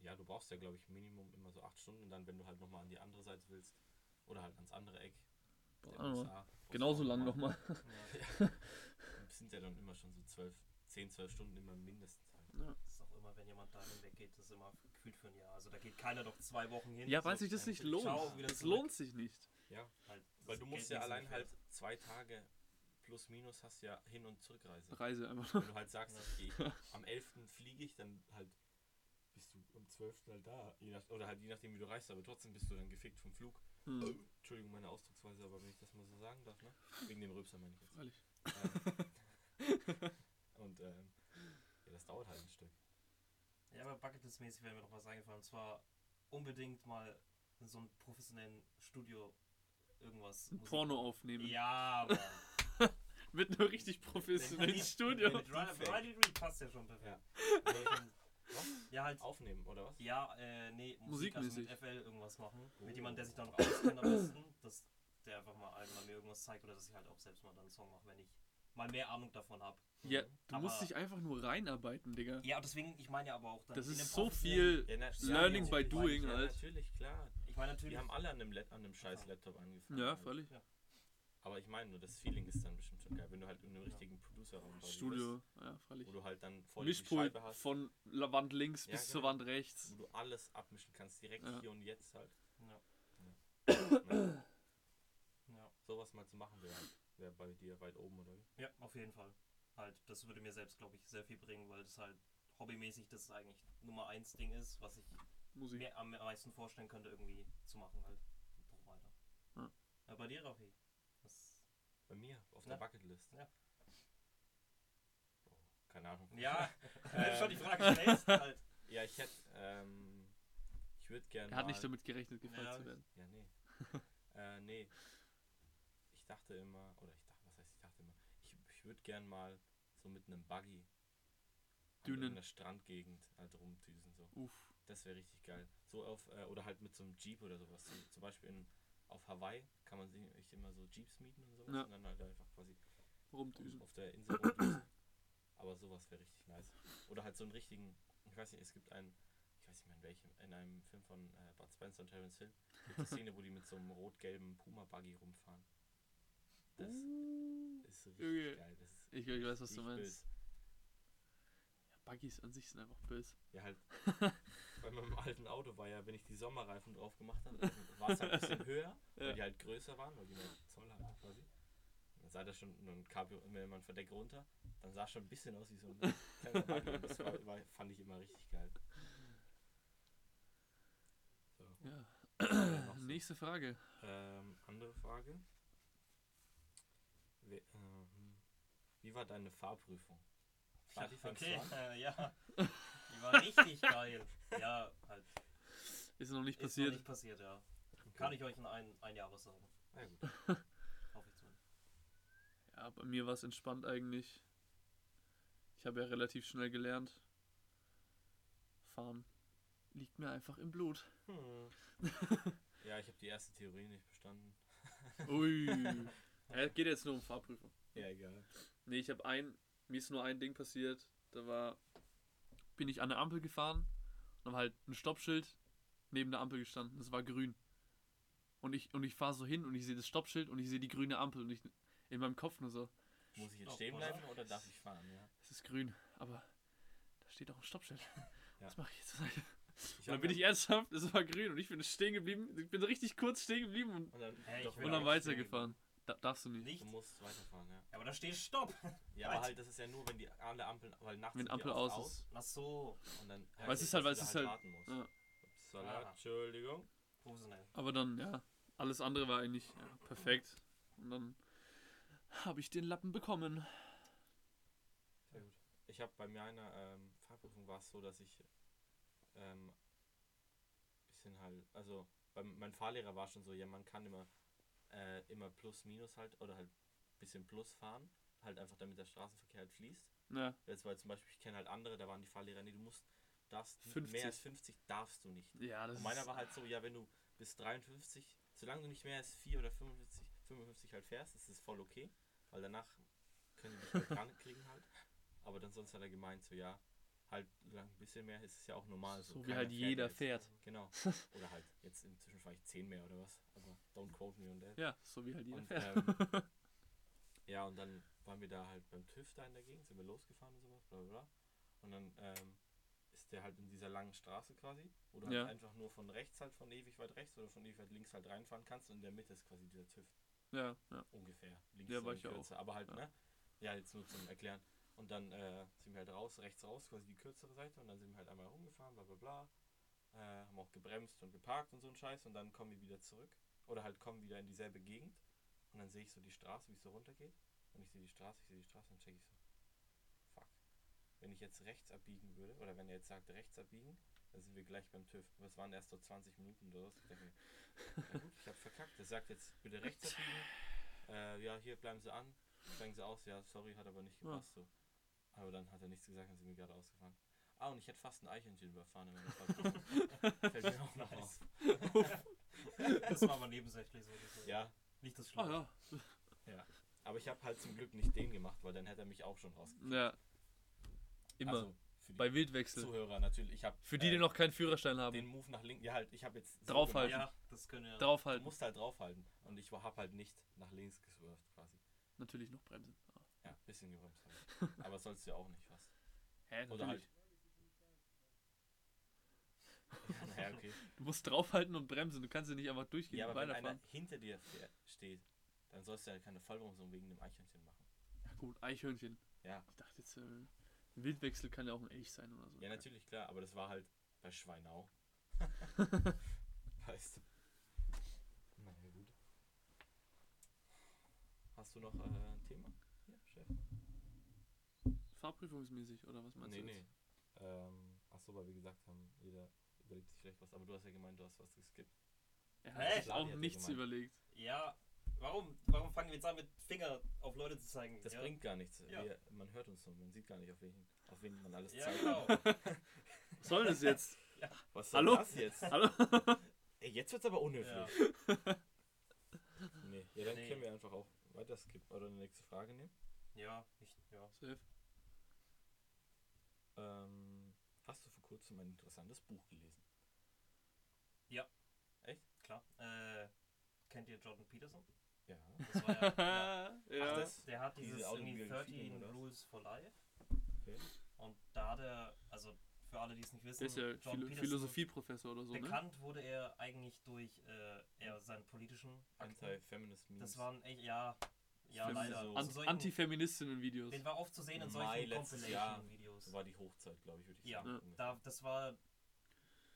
Speaker 2: ja, du brauchst ja, glaube ich, Minimum immer so acht Stunden. Und dann, wenn du halt nochmal an die andere Seite willst oder halt ans andere Eck. der
Speaker 1: Boah, Ahnung.
Speaker 2: USA, brauchst du
Speaker 1: Genauso
Speaker 2: auch
Speaker 1: lang
Speaker 2: mal-
Speaker 1: nochmal.
Speaker 3: Ja,
Speaker 2: Das sind ja dann immer schon so zwölf, zehn, zwölf Stunden immer mindestens. Halt.
Speaker 3: ist auch immer, wenn jemand dahin weggeht, ist immer gefühlt für ein Jahr. Also da geht keiner doch zwei Wochen
Speaker 1: [laughs]
Speaker 3: hin.
Speaker 1: Ja,
Speaker 3: so,
Speaker 1: weil sich das nicht
Speaker 2: Ciao,
Speaker 1: lohnt.
Speaker 3: wieder
Speaker 1: Das
Speaker 3: zurück.
Speaker 1: lohnt sich nicht.
Speaker 2: Ja,
Speaker 3: halt, das
Speaker 2: weil du musst
Speaker 3: Geld
Speaker 2: ja
Speaker 3: nichts
Speaker 2: allein
Speaker 3: dafür.
Speaker 2: halt zwei Tage plus minus hast ja Hin- und Zurückreise.
Speaker 1: Reise einfach.
Speaker 2: Wenn du halt sagst, ich geh, am 11. fliege ich, dann halt bist du am 12. halt da. Je nach, oder halt je nachdem, wie du reist, aber trotzdem bist du dann gefickt vom Flug.
Speaker 1: Hm,
Speaker 2: Entschuldigung, meine Ausdrucksweise, aber wenn ich das mal so sagen darf, ne? Wegen dem Rülpser meine
Speaker 1: [laughs]
Speaker 2: ich jetzt.
Speaker 1: freilich.
Speaker 2: Ähm, und ähm, ja, das dauert halt ein Stück. [laughs]
Speaker 3: Ja, aber Bucketlist-mäßig wäre mir noch was eingefallen. Und zwar unbedingt mal in so einem professionellen Studio irgendwas.
Speaker 1: Ein
Speaker 3: Musik-
Speaker 1: Porno aufnehmen.
Speaker 3: Ja,
Speaker 1: [laughs]
Speaker 3: aber.
Speaker 1: Mit einem richtig professionellen Studio.
Speaker 3: Mit Riley
Speaker 2: Deepfake.
Speaker 3: Riley Reid passt ja schon perfekt. Ja, halt.
Speaker 2: Aufnehmen, oder was?
Speaker 3: Ja, äh, nee, Musik also mit
Speaker 1: Musikmäßig.
Speaker 3: FL irgendwas machen.
Speaker 2: Oh.
Speaker 3: Mit jemandem, der sich da noch auskennt am besten,
Speaker 1: [coughs]
Speaker 3: dass der einfach mal einmal mir irgendwas zeigt oder dass ich halt auch selbst mal dann einen Song mache, wenn ich mal mehr Ahnung davon habe.
Speaker 1: Ja, du musst
Speaker 3: Aber-
Speaker 1: dich einfach nur reinarbeiten, Digga.
Speaker 3: Ja, und deswegen, ich meine ja aber auch dann.
Speaker 1: Das
Speaker 3: in einem
Speaker 1: ist so
Speaker 3: professionellen-
Speaker 1: viel
Speaker 2: Ja, na-
Speaker 1: Learning
Speaker 2: ja,
Speaker 1: by
Speaker 2: natürlich,
Speaker 1: doing,
Speaker 2: ja,
Speaker 1: halt.
Speaker 2: Natürlich, klar.
Speaker 3: Ich meine natürlich.
Speaker 2: Wir haben alle an einem, Let- an einem scheiß Laptop angefangen.
Speaker 1: Ja,
Speaker 2: halt.
Speaker 1: völlig.
Speaker 2: Aber ich meine nur, das Feeling ist dann bestimmt schon geil, wenn du halt in einem richtigen Producer-Raum quasi
Speaker 1: Studio, ja,
Speaker 2: bist,
Speaker 1: freilich.
Speaker 2: wo du halt dann voll die
Speaker 1: Mischpult
Speaker 2: Scheibe hast,
Speaker 1: von La Wand links
Speaker 2: Ja,
Speaker 1: bis zur
Speaker 2: genau.
Speaker 1: Wand rechts.
Speaker 2: wo du alles abmischen kannst, direkt
Speaker 1: Ja.
Speaker 2: hier und jetzt halt.
Speaker 3: Ja.
Speaker 2: Ja. [coughs]
Speaker 3: Ja.
Speaker 2: Sowas mal zu machen wäre halt, wär bei dir weit oben, oder? wie?
Speaker 3: ja, auf jeden Fall. Halt, das würde mir selbst, glaube ich, sehr viel bringen, weil das halt hobbymäßig das eigentlich Nummer eins Ding ist, was ich
Speaker 1: Musik.
Speaker 2: genau.
Speaker 3: mir am meisten vorstellen könnte, irgendwie zu machen halt. Noch weiter.
Speaker 1: Ja.
Speaker 3: Ja. bei dir, Raffi? Was?
Speaker 2: Bei mir, auf
Speaker 3: Ja.
Speaker 2: der Bucketlist.
Speaker 3: Ja.
Speaker 2: Oh, keine Ahnung.
Speaker 1: [laughs]
Speaker 3: Ja, [laughs] wenn du
Speaker 2: Ähm.
Speaker 3: schon die Frage stellst, halt.
Speaker 2: Ja, ich hätte, ähm, ich würde gerne.
Speaker 1: Er hat nicht
Speaker 2: mal-
Speaker 1: damit gerechnet, gefragt
Speaker 3: Ja,
Speaker 1: zu werden.
Speaker 2: Ja,
Speaker 1: [laughs]
Speaker 2: nee. äh, nee. Ich dachte immer, oder ich dachte, was heißt ich dachte immer? Ich, ich würde gern mal so mit einem Buggy
Speaker 1: Dünen.
Speaker 2: in der Strandgegend halt rumdüsen. So.
Speaker 1: Uff.
Speaker 2: Das wäre richtig geil. So auf, äh, oder halt mit so einem Jeep oder sowas. Zum, zum Beispiel in, auf Hawaii kann man sich echt immer so Jeeps mieten und sowas.
Speaker 1: Ja.
Speaker 2: Und dann halt einfach quasi
Speaker 1: Rumdüsen.
Speaker 2: auf der Insel rumdüsen. Aber sowas wäre richtig nice. Oder halt so einen richtigen, ich weiß nicht, es gibt einen, ich weiß nicht mehr in welchem, in einem Film von äh, Bud Spencer und Terence Hill, gibt es eine Szene, wo die mit so einem rot-gelben Puma-Buggy rumfahren. Das
Speaker 1: Uh,
Speaker 2: ist richtig
Speaker 1: Junge.
Speaker 2: geil. Das ist
Speaker 1: Ich, ich weiß, was du
Speaker 2: richtig
Speaker 1: meinst.
Speaker 2: böse.
Speaker 1: Ja, Buggies an sich sind einfach böse.
Speaker 2: Ja, halt. [laughs] Bei meinem alten Auto war ja, wenn ich die Sommerreifen drauf gemacht habe, dann war es halt ein bisschen höher, weil
Speaker 1: Ja.
Speaker 2: die halt größer waren, weil die mehr Zoll hatten quasi. Dann sah das schon nur ein Cabrio, wenn man Verdeck runter, dann sah es schon ein bisschen aus wie so ein kleiner Wagen. Das war, war, fand ich immer richtig geil. So.
Speaker 1: Ja.
Speaker 2: was haben wir
Speaker 1: [clears throat]
Speaker 2: noch so?
Speaker 1: Nächste Frage.
Speaker 2: Ähm, andere Frage. We ähm, wie war deine Fahrprüfung? War die von
Speaker 3: okay,
Speaker 2: Zwang?
Speaker 3: äh, [laughs] ja. Die war
Speaker 2: [laughs]
Speaker 3: richtig geil. Ja, halt.
Speaker 1: Ist noch nicht
Speaker 3: Ist noch
Speaker 1: passiert.
Speaker 3: nicht passiert, ja. Kann ich euch in ein, ein Jahr was sagen.
Speaker 2: Na gut.
Speaker 3: [laughs] Hoffe ich zumindest.
Speaker 1: Ja, bei mir war es entspannt eigentlich. Ich habe ja relativ schnell gelernt. Fahren liegt mir einfach im Blut.
Speaker 2: Hm. ja, ich habe die erste Theorie nicht bestanden.
Speaker 1: Ui. [laughs] Ja, geht jetzt nur um Fahrprüfung.
Speaker 2: Ja, egal.
Speaker 1: Nee, ich habe ein, mir ist nur ein Ding passiert. Da war, bin ich an der Ampel gefahren und habe halt ein Stoppschild neben der Ampel gestanden. Das war grün. Und ich, und ich fahre so hin und ich sehe das Stoppschild und ich sehe die grüne Ampel und ich in meinem Kopf nur so,
Speaker 2: Muss ich jetzt
Speaker 3: Stopp,
Speaker 2: stehen
Speaker 3: oder?
Speaker 2: bleiben oder darf ich fahren? Ja.
Speaker 1: es ist grün, aber da steht auch ein Stoppschild.
Speaker 2: Ja.
Speaker 1: Was mache ich jetzt? Und
Speaker 2: hab
Speaker 1: dann bin ich ernsthaft, es war grün und ich bin stehen geblieben. Ich bin richtig kurz stehen geblieben und,
Speaker 2: Und dann,
Speaker 3: Hey, ich
Speaker 2: doch,
Speaker 3: bin
Speaker 1: und
Speaker 2: ja,
Speaker 1: dann
Speaker 3: auch
Speaker 1: weitergefahren. Da, darfst du nicht.
Speaker 3: Nicht?
Speaker 2: Du
Speaker 3: Ja,
Speaker 2: musst weiterfahren, ja.
Speaker 3: aber da steht Stopp.
Speaker 2: Ja, aber
Speaker 3: Weiter.
Speaker 2: halt, das ist ja nur, wenn die alle Ampeln, weil nachts
Speaker 1: Wenn
Speaker 2: sind die
Speaker 1: Ampel
Speaker 2: oft
Speaker 1: aus ist.
Speaker 3: Ach so,
Speaker 2: Und dann
Speaker 1: Weil es ist halt- weil es ist halt-
Speaker 2: warten musst.
Speaker 1: Ja.
Speaker 2: Upsala,
Speaker 3: Ah.
Speaker 2: Entschuldigung.
Speaker 3: professionell.
Speaker 1: Aber dann, ja, alles andere war eigentlich ja, perfekt. Und dann habe ich den Lappen bekommen.
Speaker 2: Sehr gut. Ich habe bei mir einer ähm, Fahrprüfung war es so, dass ich ähm, bisschen halt, also beim, mein Fahrlehrer war schon so, ja, man kann immer äh, immer plus minus halt oder halt bisschen plus fahren, halt einfach damit der Straßenverkehr halt fließt.
Speaker 1: Ja,
Speaker 2: Jetzt weil zum Beispiel, ich kenne halt andere, da waren die Fahrlehrer, nee, du musst, darfst,
Speaker 1: 50.
Speaker 2: mehr als 50 darfst du nicht.
Speaker 1: ja das
Speaker 2: Und
Speaker 1: ist,
Speaker 2: meiner war halt so, ja, wenn du bis 53, solange du nicht mehr als 4 oder 55, 55 halt fährst, ist es voll okay, weil danach können die dich halt gar nicht kriegen halt. Aber dann sonst hat er gemeint, so ja, halt solange ein bisschen mehr ist es ja auch normal.
Speaker 1: so wie
Speaker 2: keiner
Speaker 1: halt
Speaker 2: ja
Speaker 1: jeder
Speaker 2: jetzt-
Speaker 1: fährt. [laughs]
Speaker 2: Genau. Oder halt, jetzt inzwischen fahre ich 10 mehr oder was. Aber don't quote me on that.
Speaker 1: Ja, so wie halt jeder
Speaker 2: Und,
Speaker 1: fährt.
Speaker 2: ähm, ja, und dann waren wir da halt beim TÜV da in der Gegend, sind wir losgefahren und sowas, bla bla bla. Und dann ähm, ist der halt in dieser langen Straße quasi, wo du
Speaker 1: Ja.
Speaker 2: halt einfach nur von rechts halt von ewig weit rechts oder von ewig weit links halt reinfahren kannst und in der Mitte ist quasi dieser TÜV
Speaker 1: Ja, ja.
Speaker 2: ungefähr. Links
Speaker 1: Ja,
Speaker 2: dann
Speaker 1: war
Speaker 2: die
Speaker 1: ich ja auch.
Speaker 2: Kürze, aber halt,
Speaker 1: Ja.
Speaker 2: ne? Ja, jetzt nur zum Erklären. Und dann äh, sind wir halt raus, rechts raus, quasi die kürzere Seite und dann sind wir halt einmal rumgefahren, bla bla bla. Äh, haben auch gebremst und geparkt und so ein Scheiß und dann kommen wir wieder zurück. Oder halt kommen wieder in dieselbe Gegend und dann sehe ich so die Straße, wie es so runtergeht. Und ich sehe die Straße, ich sehe die Straße und check ich so. Fuck. Wenn ich jetzt rechts abbiegen würde, oder wenn er jetzt sagt rechts abbiegen, dann sind wir gleich beim TÜV. Aber es waren erst so 20 Minuten oder so. Ich dachte mir, na gut, ich hab verkackt. Er sagt jetzt bitte rechts abbiegen. Äh, ja, hier bleiben sie an, steigen sie aus. Ja, sorry, hat aber nicht
Speaker 1: Ja.
Speaker 2: gepasst. So. Aber dann hat er nichts gesagt und sind mir gerade ausgefahren. Ah, und ich hätte fast ein Eichhörnchen überfahren. in meiner Fahrprüfung.
Speaker 1: [laughs]
Speaker 2: Fällt mir auch noch auf.
Speaker 3: Nice. Das war aber nebensächlich so. das war
Speaker 2: Ja,
Speaker 3: Nicht das Schlimme.
Speaker 1: Ah ja.
Speaker 2: aber ich habe halt zum Glück nicht den gemacht, weil dann hätte er mich auch schon rausgefahren.
Speaker 1: Ja. Immer.
Speaker 2: Also, Für die
Speaker 1: Bei Wildwechsel.
Speaker 2: Zuhörer natürlich. Ich hab,
Speaker 1: Für die,
Speaker 2: äh,
Speaker 1: die noch keinen Führerschein haben.
Speaker 2: den Move nach links. Ja, halt, ich habe jetzt. so
Speaker 1: Draufhalten.
Speaker 2: gemacht.
Speaker 3: Ja, das können wir.
Speaker 2: Du
Speaker 1: Draufhalten.
Speaker 2: musst halt draufhalten. Und ich habe halt nicht nach links geswerft quasi.
Speaker 1: Natürlich noch bremsen.
Speaker 2: Ja, ein bisschen gebremst.
Speaker 1: [laughs]
Speaker 2: halt. Aber sollst du ja auch nicht was.
Speaker 1: Hä,
Speaker 2: Oder halt.
Speaker 1: natürlich.
Speaker 2: halt. [laughs] Ja, naja, okay.
Speaker 1: Du musst draufhalten und bremsen. Du kannst ja nicht einfach durchgehen
Speaker 2: Ja,
Speaker 1: und
Speaker 2: aber wenn einer
Speaker 1: weiterfahren.
Speaker 2: hinter dir fähr- steht, dann sollst du ja keine Vollbremsung wegen dem Eichhörnchen machen.
Speaker 1: Ja, gut, Eichhörnchen.
Speaker 2: Ja.
Speaker 1: Ich dachte jetzt, äh, ein Wildwechsel kann ja auch ein Elch sein oder so.
Speaker 2: Ja, natürlich, klar, aber das war halt bei [laughs] Schweinau. weißt du. Naja, gut. Hast du noch äh, ein Thema? Hier, Chef?
Speaker 1: Fahrprüfungsmäßig oder was meinst
Speaker 2: nee,
Speaker 1: du?
Speaker 2: nee.
Speaker 1: jetzt?
Speaker 2: Ähm, achso, weil wir gesagt haben, jeder überlegt sich vielleicht was. Aber du hast ja gemeint, du hast was geskippt.
Speaker 1: Er
Speaker 3: Hä?
Speaker 1: hat sich
Speaker 2: Ladi
Speaker 1: auch
Speaker 2: hat ja
Speaker 1: nichts
Speaker 2: gemeint.
Speaker 1: überlegt.
Speaker 3: Ja, warum, warum fangen wir jetzt an, mit Finger auf Leute zu zeigen?
Speaker 2: Das
Speaker 3: ja?
Speaker 2: bringt gar nichts.
Speaker 3: Ja.
Speaker 2: Wir, man hört uns nur, man sieht gar nicht, auf wen, auf wen man alles
Speaker 3: Ja,
Speaker 2: zeigt.
Speaker 1: [laughs]
Speaker 3: genau.
Speaker 1: Was soll das
Speaker 3: [laughs]
Speaker 1: jetzt?
Speaker 2: Was soll
Speaker 1: Hallo?
Speaker 2: das jetzt?
Speaker 1: Hallo?
Speaker 2: Ey, jetzt wird's aber
Speaker 3: ja.
Speaker 2: unhöflich. Nee, ja, dann
Speaker 3: Nee.
Speaker 2: können wir einfach auch weiter skippen oder eine nächste Frage nehmen.
Speaker 3: ja, ich, ja.
Speaker 1: [laughs] Safe.
Speaker 2: Ähm, hast du vor kurzem ein interessantes Buch gelesen?
Speaker 3: Klar. Äh, kennt ihr Jordan Peterson?
Speaker 2: Ja.
Speaker 1: [laughs]
Speaker 3: Das war ja, ja.
Speaker 1: Ja.
Speaker 2: Ach, das-
Speaker 3: Der hat
Speaker 2: Diese
Speaker 3: dieses irgendwie
Speaker 2: Autobiografien
Speaker 3: 13
Speaker 2: oder was?
Speaker 3: Rules for Life.
Speaker 2: Okay.
Speaker 3: Und da hat er, also für alle, die es nicht wissen,
Speaker 1: Der ist ja
Speaker 3: Jordan
Speaker 1: Philo
Speaker 3: Peterson,
Speaker 1: Philosophieprofessor oder so, ne?
Speaker 3: Bekannt wurde er eigentlich durch äh, eher seinen politischen Akten.
Speaker 2: Anti-Feminist Memes.
Speaker 3: Das waren echt, ja, ja
Speaker 1: Fem-
Speaker 3: leider.
Speaker 2: so-
Speaker 3: Zu
Speaker 1: Ant
Speaker 3: solchen-
Speaker 1: Antifeministinnen-Videos.
Speaker 3: Den war oft zu sehen in
Speaker 2: Mai
Speaker 3: solchen
Speaker 2: letztes Jahr.
Speaker 3: Compilation-Videos.
Speaker 2: Das war die Hochzeit, glaube ich, würde ich
Speaker 3: Ja,
Speaker 2: sagen.
Speaker 3: Da,
Speaker 2: ungefähr.
Speaker 3: das war,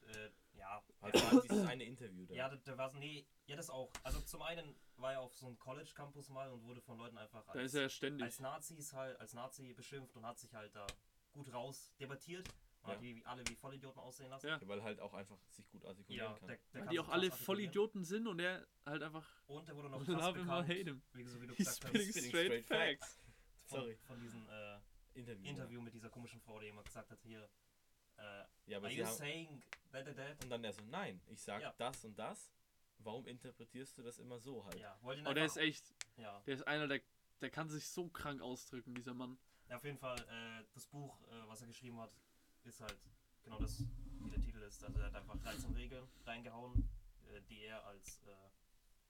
Speaker 3: äh, ja,
Speaker 2: Halt, da war dieses eine Interview da.
Speaker 3: Ja, da, da war nee, ja das auch. Also zum einen war er auf so einem College Campus mal und wurde von Leuten einfach
Speaker 1: Da ist
Speaker 3: als,
Speaker 1: er ja ständig.
Speaker 3: als Nazis halt, als Nazi beschimpft und hat sich halt da gut raus debattiert. Und
Speaker 2: Ja.
Speaker 3: hat die wie- alle wie Vollidioten aussehen lassen.
Speaker 1: Ja.
Speaker 2: Ja, weil halt auch einfach sich gut artikulieren kann.
Speaker 3: der, der
Speaker 1: Weil
Speaker 3: kann
Speaker 1: die
Speaker 3: sich
Speaker 1: auch
Speaker 3: krass
Speaker 1: alle
Speaker 3: artikulieren.
Speaker 1: Vollidioten sind und er halt einfach.
Speaker 3: Und der wurde noch
Speaker 1: [laughs]
Speaker 3: krass
Speaker 1: Love him or
Speaker 3: bekannt,
Speaker 1: hate him.
Speaker 3: wie, so wie du
Speaker 1: He's
Speaker 3: gesagt
Speaker 1: [laughs] spitting
Speaker 3: hast,
Speaker 2: spitting
Speaker 1: straight
Speaker 2: straight
Speaker 1: facts.
Speaker 3: von,
Speaker 2: Sorry.
Speaker 3: von diesem äh,
Speaker 2: Interview.
Speaker 3: Interview mit dieser komischen Frau, die immer gesagt hat, hier, äh,
Speaker 2: Ja, aber
Speaker 3: are
Speaker 2: sie
Speaker 3: you
Speaker 2: haben,
Speaker 3: saying that, that, that?
Speaker 2: und dann er so, nein, ich sag
Speaker 3: halt- Ja.
Speaker 2: das und das. Warum interpretierst du das immer so halt?
Speaker 3: Ja, wollte ihn
Speaker 1: Aber Oh, der ist
Speaker 3: einfach-
Speaker 1: echt.
Speaker 3: ja.
Speaker 1: Der ist einer, der, der kann sich so krank ausdrücken, dieser Mann.
Speaker 3: Ja, auf jeden Fall, äh, das Buch, äh, was er geschrieben hat, ist halt genau das, wie der Titel ist. Also er hat einfach 13 Regeln reingehauen, äh, die er als äh,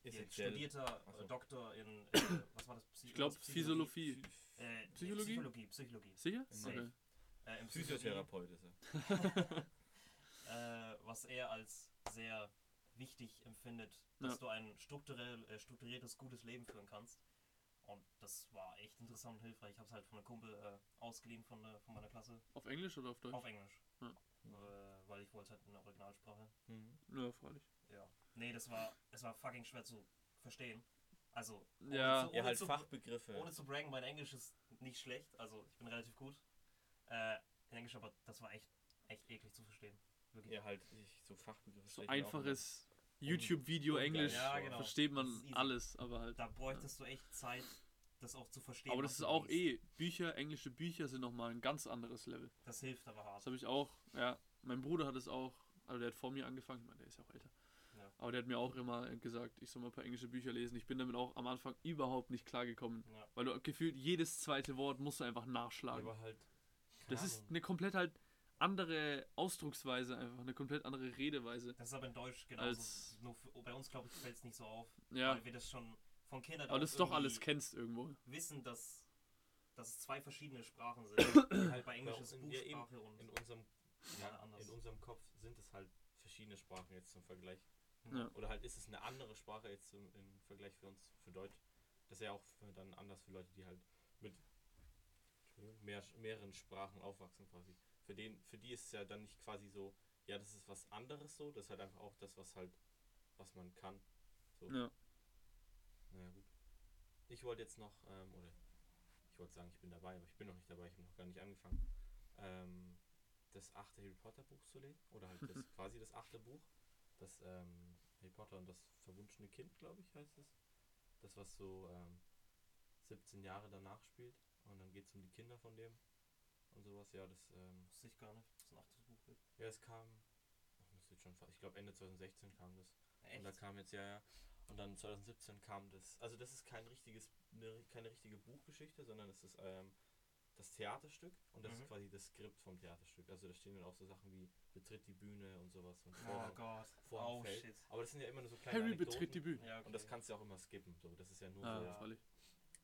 Speaker 2: Essentiell.
Speaker 3: studierter
Speaker 2: Ach
Speaker 3: äh,
Speaker 2: so.
Speaker 3: Doktor in, äh, was war das? Psy-
Speaker 1: Ich glaube,
Speaker 3: was?
Speaker 1: Physiologie.
Speaker 3: Äh, nee,
Speaker 1: Psychologie?
Speaker 3: Psychologie, Psychologie.
Speaker 1: Sicher?
Speaker 2: Safe.
Speaker 1: Okay.
Speaker 3: Äh, in Psychologie,
Speaker 2: Physiotherapeut ist er.
Speaker 3: äh, was er als sehr wichtig empfindet, dass
Speaker 1: Ja.
Speaker 3: du ein strukturell, äh, strukturiertes, gutes Leben führen kannst. Und das war echt interessant und hilfreich. Ich habe es halt von einem Kumpel äh, ausgeliehen von, der, von meiner Klasse.
Speaker 1: Auf Englisch oder auf Deutsch?
Speaker 3: Auf Englisch.
Speaker 1: Hm. Ja.
Speaker 3: Äh, weil ich wollte halt in der Originalsprache.
Speaker 2: Mhm.
Speaker 1: ja, freilich.
Speaker 3: Ja. Nee, das war, es war fucking schwer zu verstehen. Also, ohne
Speaker 1: Ja.
Speaker 3: zu, ohne,
Speaker 2: Ja, halt
Speaker 3: zu,
Speaker 2: Fachbegriffe.
Speaker 3: ohne zu braggen, mein Englisch ist nicht schlecht. Also, ich bin relativ gut äh, in Englisch, aber das war echt, echt eklig zu verstehen. Wirklich.
Speaker 2: Ja, halt ich, so Fachbegriffe.
Speaker 1: So
Speaker 2: stell ich mir auch
Speaker 1: einfaches
Speaker 2: Um-
Speaker 1: YouTube-Video
Speaker 2: Ungeil.
Speaker 1: Englisch.
Speaker 3: ne? Ja, genau.
Speaker 1: Versteht man
Speaker 3: Das ist easy.
Speaker 1: alles, aber halt.
Speaker 3: Da bräuchtest du echt Zeit, das auch zu verstehen.
Speaker 1: Aber
Speaker 3: was
Speaker 1: das ist
Speaker 3: du
Speaker 1: auch
Speaker 3: liest.
Speaker 1: eh. Bücher, englische Bücher sind nochmal ein ganz anderes Level.
Speaker 3: Das hilft aber hart.
Speaker 1: Das habe ich auch, ja. Mein Bruder hat es auch, also der hat vor mir angefangen, ich meine, der ist ja auch älter.
Speaker 3: Ja.
Speaker 1: Aber der hat mir auch immer gesagt, ich soll mal ein paar englische Bücher lesen. Ich bin damit auch am Anfang überhaupt nicht klargekommen.
Speaker 3: Ja.
Speaker 1: Weil du gefühlt jedes zweite Wort musst du einfach
Speaker 2: noch.
Speaker 1: nachschlagen.
Speaker 2: Aber halt. keine
Speaker 1: Das ist
Speaker 2: Ahnung.
Speaker 1: eine komplett halt andere Ausdrucksweise, einfach eine komplett andere Redeweise.
Speaker 3: Das ist aber in Deutsch genauso.
Speaker 1: Als-
Speaker 3: Nur für, bei uns, glaube ich, fällt es nicht so auf.
Speaker 1: Ja,
Speaker 3: Weil wir das schon von Kindern
Speaker 1: aber
Speaker 3: auf
Speaker 1: das doch alles
Speaker 3: irgendwie-
Speaker 1: kennst irgendwo.
Speaker 3: wissen, dass, dass es zwei verschiedene Sprachen
Speaker 1: [coughs]
Speaker 3: sind. halt bei Englisch
Speaker 2: bei-
Speaker 3: ist
Speaker 2: in- ja, eben.
Speaker 3: Buchsprache und.
Speaker 2: In unserem,
Speaker 3: Ja,
Speaker 2: ja,
Speaker 3: anders.
Speaker 2: in unserem Kopf sind es halt verschiedene Sprachen jetzt zum Vergleich.
Speaker 3: Hm.
Speaker 1: Ja.
Speaker 2: Oder halt ist es eine andere Sprache jetzt im, im Vergleich für uns, für Deutsch. Das ist ja auch für, dann anders für Leute, die halt mit Entschuldigung, mehr, mehreren Sprachen aufwachsen quasi. Für, den, für die ist es ja dann nicht quasi so, ja, das ist was anderes so, das ist halt einfach auch das, was halt, was man kann. So.
Speaker 1: Ja.
Speaker 2: Naja, gut. Ich wollte jetzt noch, ähm, oder ich wollte sagen, ich bin dabei, aber ich bin noch nicht dabei, ich habe noch gar nicht angefangen, ähm, das achte Harry Potter Buch zu lesen. Oder halt das, quasi das achte Buch. Das ähm, Harry Potter und das verwunschene Kind, glaube ich, heißt es. Das, was so ähm, 17 Jahre danach spielt. Und dann geht es um die Kinder von dem und sowas. Ja, das, ähm,
Speaker 3: Wusste ich gar nicht. Das ist ein achtes Buch.
Speaker 2: ja, es kam, ach, müsste jetzt schon, fa- ich glaube Ende 2016 kam das. Und da
Speaker 3: Echt?
Speaker 2: kam jetzt, ja, ja. Und dann 2017 kam das. Also das ist kein richtiges, ne, keine richtige Buchgeschichte, sondern es ist ähm, das Theaterstück und das
Speaker 3: Mhm.
Speaker 2: ist quasi das Skript vom Theaterstück. Also da stehen dann auch so Sachen wie betritt die Bühne und sowas und
Speaker 3: Oh
Speaker 2: vor,
Speaker 3: Gott.
Speaker 2: vor
Speaker 3: Oh
Speaker 2: Feld.
Speaker 3: shit.
Speaker 2: Aber das sind ja immer nur so kleine
Speaker 1: Harry
Speaker 2: Anekdoten.
Speaker 1: betritt die Bühne.
Speaker 3: Ja, okay.
Speaker 2: Und das kannst du ja auch immer skippen. So. Das ist ja nur
Speaker 1: Ah,
Speaker 2: so.
Speaker 1: freilich.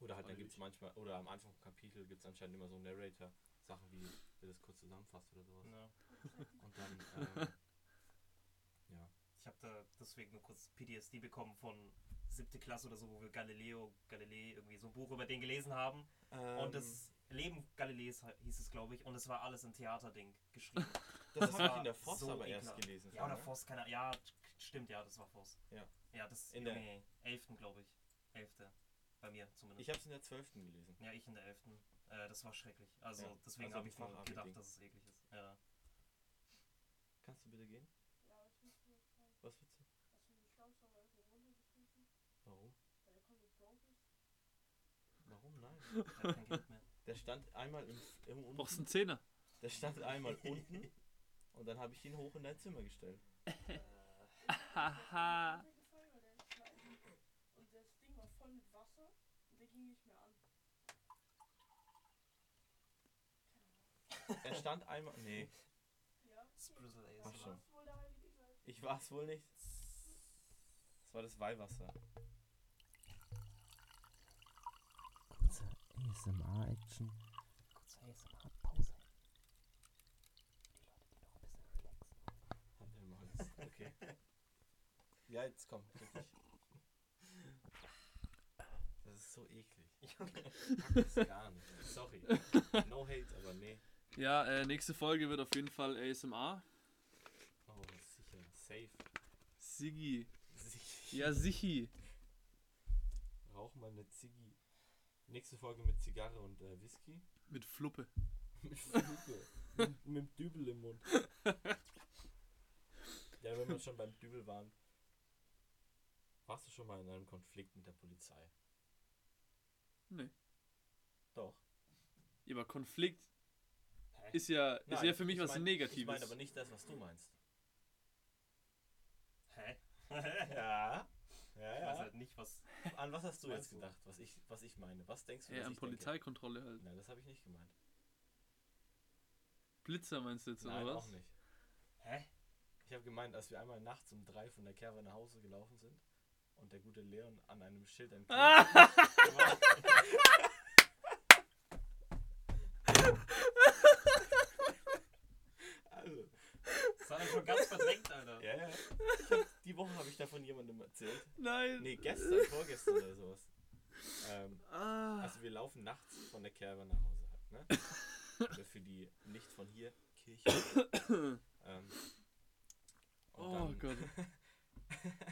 Speaker 2: Oder halt, dann
Speaker 1: Freilich.
Speaker 2: gibt es manchmal, oder am Anfang vom Kapitel gibt es anscheinend immer so einen Narrator, Sachen wie, der das kurz zusammenfasst oder sowas.
Speaker 3: Ja.
Speaker 2: Und dann, ähm,
Speaker 3: [laughs]
Speaker 2: ja.
Speaker 3: Ich habe da deswegen nur kurz PTSD bekommen von siebte Klasse oder so, wo wir Galileo, Galilei irgendwie so ein Buch über den gelesen haben. Und das
Speaker 2: Ähm.
Speaker 3: Leben Galileis he- hieß es, glaube ich. Und es war alles im Theaterding geschrieben.
Speaker 2: das
Speaker 3: das
Speaker 2: habe ich
Speaker 3: war
Speaker 2: in der Forst
Speaker 3: [laughs] so
Speaker 2: aber erst
Speaker 3: ekelhaft.
Speaker 2: gelesen.
Speaker 3: ja, oder
Speaker 2: ne?
Speaker 3: Voss, keine Ahnung. Ja, stimmt, ja, das war Voss.
Speaker 2: Ja.
Speaker 3: Ja, das
Speaker 2: In der-
Speaker 3: Junge, Elften, glaube ich. Elfte. Bei mir zumindest.
Speaker 2: Ich habe es in der 12. gelesen.
Speaker 3: Ja, ich in der 11. Äh, das war schrecklich. Also
Speaker 2: Ja,
Speaker 3: deswegen
Speaker 2: also
Speaker 3: habe
Speaker 2: ein
Speaker 3: ich nur
Speaker 2: Fachabi-Ding.
Speaker 3: gedacht, dass es eklig ist. Ja.
Speaker 2: Kannst du bitte gehen?
Speaker 4: Ja, aber ich muss nur fragen,
Speaker 2: Was willst du?
Speaker 4: hast du die Staubsauger irgendwo runtergeschmissen?
Speaker 2: Warum?
Speaker 4: Weil der kommt jetzt drauf ist?
Speaker 2: Warum? Nein.
Speaker 3: Ich hab kein Geld mehr.
Speaker 2: Der stand einmal im, im unten.
Speaker 1: Brauchst einen Zehner.
Speaker 2: Der stand einmal unten. Und dann habe ich ihn hoch in dein Zimmer gestellt.
Speaker 4: Der ist runtergefallen, weil der ist klein. Und das Ding war voll mit Wasser und der ging nicht mehr an.
Speaker 2: Er stand einmal. Nee,
Speaker 4: Ja, okay.
Speaker 3: Sprizzle
Speaker 4: Dann
Speaker 2: Mach
Speaker 3: ASMR.
Speaker 2: schon.
Speaker 4: war's wohl der Heilige Geist.
Speaker 2: ich war es wohl nicht. Das war das Weihwasser.
Speaker 5: Kurze ASMR-Action. Kurze ASMR-Pause. Die Leute, die noch ein bisschen relaxen.
Speaker 2: Hat er im Hals. Okay. [laughs] Ja, jetzt komm, krieg dich. Das ist so eklig. Ich pack das gar nicht. Sorry. No hate, aber nee.
Speaker 1: Ja, äh, nächste Folge wird auf jeden Fall ASMR.
Speaker 2: Oh, sicher. Safe.
Speaker 1: Siggi.
Speaker 2: Sicher.
Speaker 1: Ja, Sichi.
Speaker 2: Rauch mal eine Ziggy. Nächste Folge mit Zigarre und äh, Whisky. [laughs]
Speaker 1: Mit Fluppe.
Speaker 2: mit Fluke. mit, mit dem Dübel im
Speaker 1: [laughs]
Speaker 2: Mund. ja, wenn wir schon beim Dübel waren. Warst du schon mal in einem Konflikt mit der Polizei?
Speaker 1: Nee.
Speaker 2: Doch.
Speaker 1: Ja, aber Konflikt
Speaker 2: Hä?
Speaker 1: ist ja, ist
Speaker 2: Nein,
Speaker 1: ja für mich
Speaker 2: ich
Speaker 1: was
Speaker 2: mein-
Speaker 1: Negatives.
Speaker 2: Ich meine aber nicht das, was du meinst. [laughs]
Speaker 3: Hä?
Speaker 2: Ja. Ja,
Speaker 3: [laughs] Ich weiß halt nicht, was.
Speaker 2: An was hast du
Speaker 3: Weißt
Speaker 2: jetzt
Speaker 3: du?
Speaker 2: gedacht, was ich, was ich meine? Was denkst du,
Speaker 1: Äh,
Speaker 2: was
Speaker 1: an
Speaker 2: ich
Speaker 1: Polizeikontrolle halt.
Speaker 2: Denke? Nein, das habe ich nicht gemeint.
Speaker 1: Blitzer meinst du jetzt,
Speaker 2: Nein,
Speaker 1: oder was?
Speaker 2: auch nicht.
Speaker 3: Hä?
Speaker 2: Ich habe gemeint, als wir einmal nachts um drei von der Kerwe nach Hause gelaufen sind und der gute Leon an einem Schild ein Kind Also,
Speaker 3: Das hat er schon ganz verdrängt, Alter.
Speaker 2: ja, ja. Ich hab, die Woche habe ich davon jemandem erzählt.
Speaker 1: Nein.
Speaker 2: Nee, gestern, vorgestern oder sowas. Ähm,
Speaker 1: Ah.
Speaker 2: also wir laufen nachts von der Kerbe nach Hause halt, ne? Oder für die nicht von hier Kirche. ähm, und
Speaker 1: oh
Speaker 2: dann- [laughs]
Speaker 1: Gott.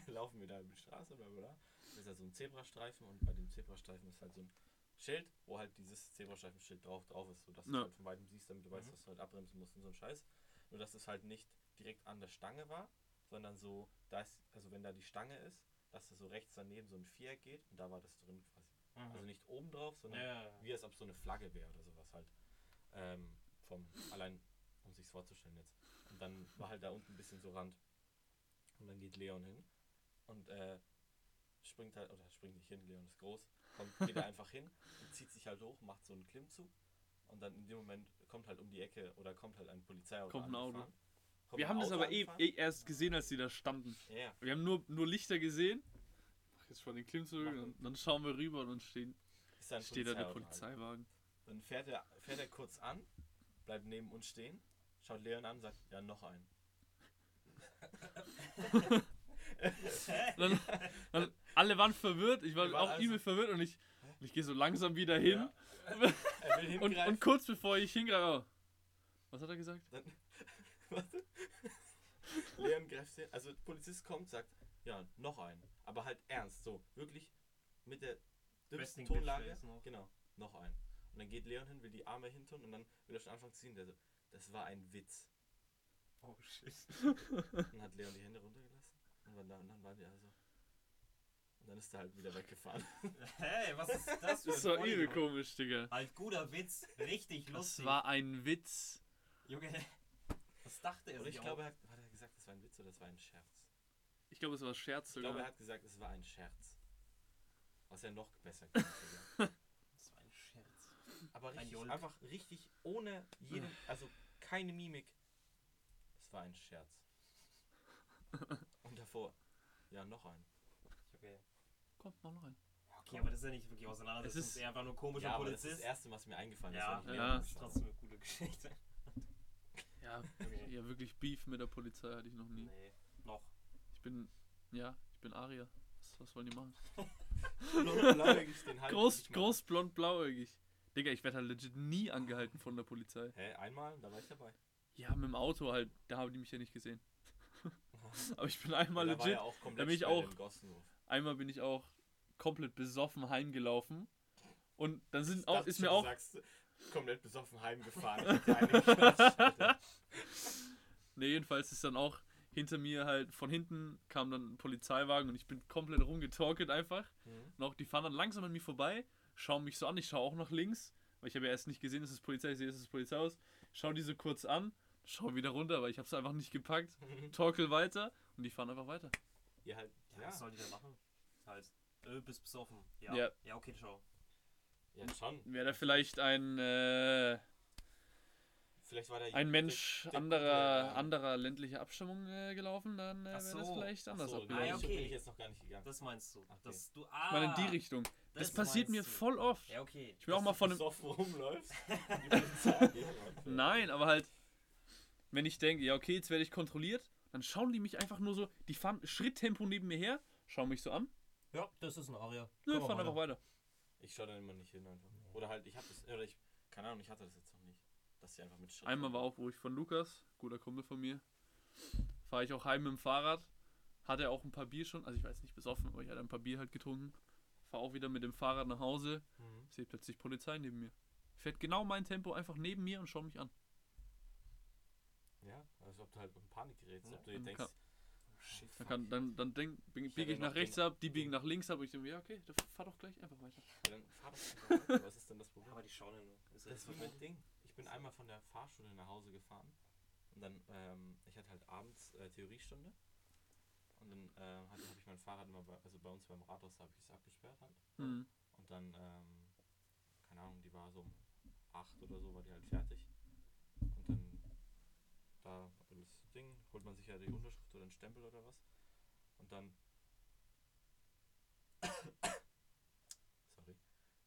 Speaker 2: laufen wir da über die Straße, bla bla bla. Da ist halt so ein Zebrastreifen und bei dem Zebrastreifen ist halt so ein Schild, wo halt dieses Zebrastreifenschild drauf drauf ist, sodass du
Speaker 1: Ja.
Speaker 2: es halt von weitem siehst, damit du weißt,
Speaker 3: Mhm.
Speaker 2: dass du halt abbremsen musst und so ein Scheiß. Nur dass es halt nicht direkt an der Stange war, sondern so, da ist, also wenn da die Stange ist, dass da so rechts daneben so ein Viereck geht und da war das drin quasi.
Speaker 3: Mhm.
Speaker 2: Also nicht oben drauf, sondern
Speaker 3: ja.
Speaker 2: wie als ob so eine Flagge wäre oder sowas halt. Ähm, vom, allein, um sich's vorzustellen jetzt. Und dann war halt da unten ein bisschen so Rand. Und dann geht Leon hin und äh, springt halt, oder springt nicht hin, Leon ist groß, kommt, geht er einfach hin und zieht sich halt hoch, macht so einen Klimmzug. Und dann in dem Moment kommt halt um die Ecke oder kommt halt ein Polizeiauto.
Speaker 1: Kommt ein Auto.
Speaker 2: angefahren. Kommt
Speaker 1: Wir
Speaker 2: ein
Speaker 1: haben das
Speaker 2: Auto
Speaker 1: aber eh,
Speaker 2: angefahren.
Speaker 1: eh erst gesehen, als die da standen.
Speaker 2: Ja, ja.
Speaker 1: Wir haben nur, nur Lichter gesehen. Ach, jetzt schon den Klimmzug.
Speaker 2: Machen.
Speaker 1: Und dann schauen wir rüber und dann stehen,
Speaker 2: Ist da ein
Speaker 1: steht da der
Speaker 2: Polizeiauto halt.
Speaker 1: Polizeiwagen.
Speaker 2: Dann fährt er, fährt er kurz an, bleibt neben uns stehen, schaut Leon an, sagt, ja, noch einen.
Speaker 1: Dann, dann, alle waren verwirrt. Ich war
Speaker 2: Wir waren also-
Speaker 1: auch
Speaker 2: alle
Speaker 1: übel verwirrt und ich, ich gehe so langsam wieder hin.
Speaker 2: Er will
Speaker 1: Und,
Speaker 2: hingreifen.
Speaker 1: und kurz bevor ich hingreife. Oh. Was hat er gesagt?
Speaker 2: Warte. Leon greift den. Also der Polizist kommt, sagt, ja, noch einen. Aber halt ernst, so, wirklich mit der dümmsten
Speaker 3: Resting Bitch
Speaker 2: Tonlage.
Speaker 3: Face noch.
Speaker 2: Genau, noch einen. Und dann geht Leon hin, will die Arme hintun und dann will er schon anfangen zu ziehen. Der so, das war ein Witz.
Speaker 3: Oh shit.
Speaker 2: Dann hat Leon die Hände runtergelassen. Und dann, und dann waren die also. Und dann ist er halt wieder
Speaker 3: [laughs]
Speaker 2: weggefahren.
Speaker 3: Hey, was ist das für
Speaker 1: Das
Speaker 3: ein
Speaker 1: ist doch
Speaker 3: Vollidiot?
Speaker 1: übel komisch, Digga.
Speaker 3: Halt guter Witz, richtig
Speaker 1: Das
Speaker 3: lustig.
Speaker 1: war ein Witz.
Speaker 3: Junge, was dachte er
Speaker 1: Also
Speaker 2: Und
Speaker 3: sich
Speaker 2: ich glaube, er hat, hat er gesagt, das war ein Witz oder das war ein Scherz.
Speaker 1: Ich glaube, es war Scherz
Speaker 2: Ich glaube, er
Speaker 1: sogar.
Speaker 2: hat gesagt, es war ein Scherz. Was er noch besser gemacht hätte.
Speaker 3: auch? Das war ein Scherz.
Speaker 2: aber
Speaker 3: Ein
Speaker 2: richtig,
Speaker 3: Jolt.
Speaker 2: einfach richtig ohne jeden, also keine Mimik. Es war ein [laughs] Scherz. Und davor, ja, noch ein.
Speaker 3: Okay.
Speaker 1: Kommt mal rein.
Speaker 3: okay, aber das ist ja nicht wirklich auseinander.
Speaker 1: Es
Speaker 3: Das ist
Speaker 1: ist-
Speaker 3: eher einfach nur komischer
Speaker 2: Ja, aber das ist das
Speaker 3: Polizist.
Speaker 2: Erste, was mir eingefallen
Speaker 3: ja,
Speaker 2: ist.
Speaker 1: ja,
Speaker 2: wenn ich
Speaker 1: ja.
Speaker 3: ja, das
Speaker 2: mir
Speaker 3: ist
Speaker 2: anschaue.
Speaker 3: trotzdem eine
Speaker 1: [laughs]
Speaker 3: gute Geschichte.
Speaker 1: Ja,
Speaker 3: Okay.
Speaker 1: ja, wirklich Beef mit der Polizei hatte ich noch nie.
Speaker 3: Nee, noch.
Speaker 1: Ich bin, ja, ich bin Arier. Was, was wollen die machen? [laughs]
Speaker 2: [laughs] Blond- blauäugig, den halte
Speaker 1: Groß,
Speaker 2: ich mal.
Speaker 1: groß, blond, blauäugig. Digga, ich werde halt legit nie angehalten von der Polizei.
Speaker 2: Hä, einmal, da war ich dabei.
Speaker 1: Ja, mit dem Auto halt, da haben die mich ja nicht gesehen. [laughs] Aber ich bin einmal
Speaker 2: da war
Speaker 1: legit,
Speaker 2: ja auch komplett
Speaker 1: da bin ich
Speaker 2: Sperre
Speaker 1: auch-
Speaker 2: im Gossenhof.
Speaker 1: einmal bin ich auch komplett besoffen heimgelaufen. Und dann sind
Speaker 2: Ich
Speaker 1: auch,
Speaker 2: dachte
Speaker 1: ist mir
Speaker 2: schon,
Speaker 1: auch, [laughs]
Speaker 2: du sagst, komplett besoffen [laughs] heimgefahren. Kleine Klatsche.
Speaker 1: Ne, jedenfalls ist dann auch hinter mir halt, von hinten kam dann ein Polizeiwagen und ich bin komplett rumgetorkelt einfach.
Speaker 2: Mhm.
Speaker 1: Und auch die fahren dann langsam an mir vorbei, schauen mich so an, ich schaue auch nach links, weil ich habe ja erst nicht gesehen, dass es Polizei, ich sehe, dass es Polizei aus, schaue die so kurz an, schaue wieder runter, weil ich habe es einfach nicht gepackt, torkel weiter und die fahren einfach weiter.
Speaker 2: [laughs] ja, halt,
Speaker 3: Ja,
Speaker 2: ja.
Speaker 3: was sollen die da machen? Halt. Äh, bist besoffen. Ja.
Speaker 1: Ja.
Speaker 3: Ja, okay, ciao.
Speaker 2: ja, schon.
Speaker 1: Wäre da vielleicht ein, äh,
Speaker 2: Vielleicht war da
Speaker 1: ein Mensch
Speaker 2: der- der gute,
Speaker 1: anderer,
Speaker 2: ähm,
Speaker 1: anderer ländlicher Abstammung äh, gelaufen, dann äh,
Speaker 3: äh, Ach
Speaker 1: wäre das
Speaker 3: so.
Speaker 1: vielleicht
Speaker 2: Ach
Speaker 1: anders
Speaker 2: so,
Speaker 1: abgelaufen.
Speaker 2: nee,
Speaker 3: Ah,
Speaker 2: ich bin
Speaker 3: okay.
Speaker 2: ich jetzt noch gar nicht gegangen.
Speaker 3: Das meinst du. Dass du.
Speaker 1: Ich
Speaker 3: Ah,
Speaker 1: meine in die Richtung. Das, passiert
Speaker 3: meinst
Speaker 1: mir
Speaker 3: du.
Speaker 1: voll oft.
Speaker 3: Ja, okay.
Speaker 1: Ich bin auch mal von einem [laughs]
Speaker 2: Soft rumläufst. die Polizei- Ja, Leute.
Speaker 1: Nein, aber halt, wenn ich denke, ja, okay, jetzt werde ich kontrolliert, dann schauen die mich einfach nur so, die fahren Schritttempo neben mir her, schauen mich so an,
Speaker 3: Ja, das ist ein Aria.
Speaker 1: ne, fahren einfach weiter.
Speaker 2: Ich schaue dann immer nicht hin einfach. Oder halt, ich habe das, oder ich, keine Ahnung, ich hatte das jetzt noch nicht. Dass sie einfach mit Schritt
Speaker 1: Einmal war auch, wo ich von Lukas, guter Kumpel von mir, fahre ich auch heim mit dem Fahrrad, hat er auch ein paar Bier schon, also ich war jetzt nicht besoffen, aber ich hatte ein paar Bier halt getrunken, fahre auch wieder mit dem Fahrrad nach Hause,
Speaker 2: Mhm.
Speaker 1: sehe plötzlich Polizei neben mir. Fährt genau mein Tempo einfach neben mir und schaut mich an.
Speaker 2: Ja, als ob du halt in Panik gerätst.
Speaker 3: Ja.
Speaker 2: Ob du dir
Speaker 1: Dann
Speaker 2: denkst, oh,
Speaker 1: kann-
Speaker 3: Shit.
Speaker 1: Dann, kann, dann, dann denk, biege
Speaker 2: hatte
Speaker 1: ich
Speaker 2: noch
Speaker 1: nach rechts
Speaker 2: den-
Speaker 1: ab, die biegen
Speaker 2: den-
Speaker 1: nach links ab und ich denke, ja, okay, dann fahr doch gleich einfach weiter.
Speaker 2: ja, dann fahr doch einfach weiter. Was ist denn das
Speaker 3: Ja,
Speaker 2: Problem?
Speaker 3: aber die schauen ja nur.
Speaker 2: Das
Speaker 3: Ist [laughs] das
Speaker 2: war mein Ding. Ich
Speaker 3: [laughs]
Speaker 2: bin einmal von der Fahrschule nach Hause gefahren und dann, ähm, ich hatte halt abends äh, Theoriestunde und dann ähm, habe ich mein Fahrrad immer, bei, also bei uns beim Rathaus habe ich es abgesperrt halt
Speaker 1: Mhm.
Speaker 2: und dann, ähm, keine Ahnung, die war so um 8 oder so, war die halt fertig und dann da das Ding, holt man sich ja die Unterschrift oder einen Stempel oder was und dann, [coughs] sorry,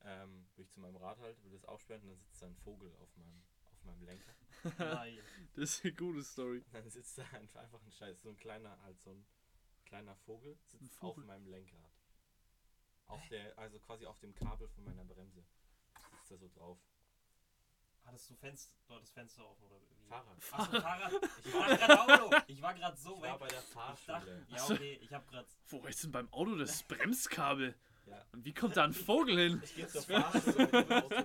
Speaker 2: ähm, bin ich zu meinem Rad halt, will das aufsperren und dann sitzt da ein Vogel auf meinem, auf meinem Lenker.
Speaker 3: Nein.
Speaker 1: [laughs] Das ist eine gute Story.
Speaker 2: Und [laughs] dann sitzt da ein- einfach ein Scheiß, so ein kleiner, halt so ein kleiner Vogel sitzt
Speaker 1: Ein Vogel?
Speaker 2: auf meinem Lenkrad. Auf der, also quasi auf dem Kabel von meiner Bremse. Sitzt da so drauf.
Speaker 3: Hattest du Fenster, du hattest Fenster offen oder wie?
Speaker 2: Fahrrad.
Speaker 3: Achso, Fahrrad. Ich war gerade Auto. Ich war gerade so
Speaker 2: Ich war
Speaker 3: weg.
Speaker 2: bei der
Speaker 3: Ich dachte,
Speaker 2: Fahrschule.
Speaker 3: ja okay, ich hab grad.
Speaker 1: Wo ist denn beim Auto
Speaker 2: [laughs]
Speaker 1: das Bremskabel?
Speaker 2: Ja.
Speaker 1: Und wie kommt da ein Vogel
Speaker 2: [laughs]
Speaker 1: hin?
Speaker 2: Ich
Speaker 3: [laughs]
Speaker 2: gehe zur Fahrschule mit dem Auto.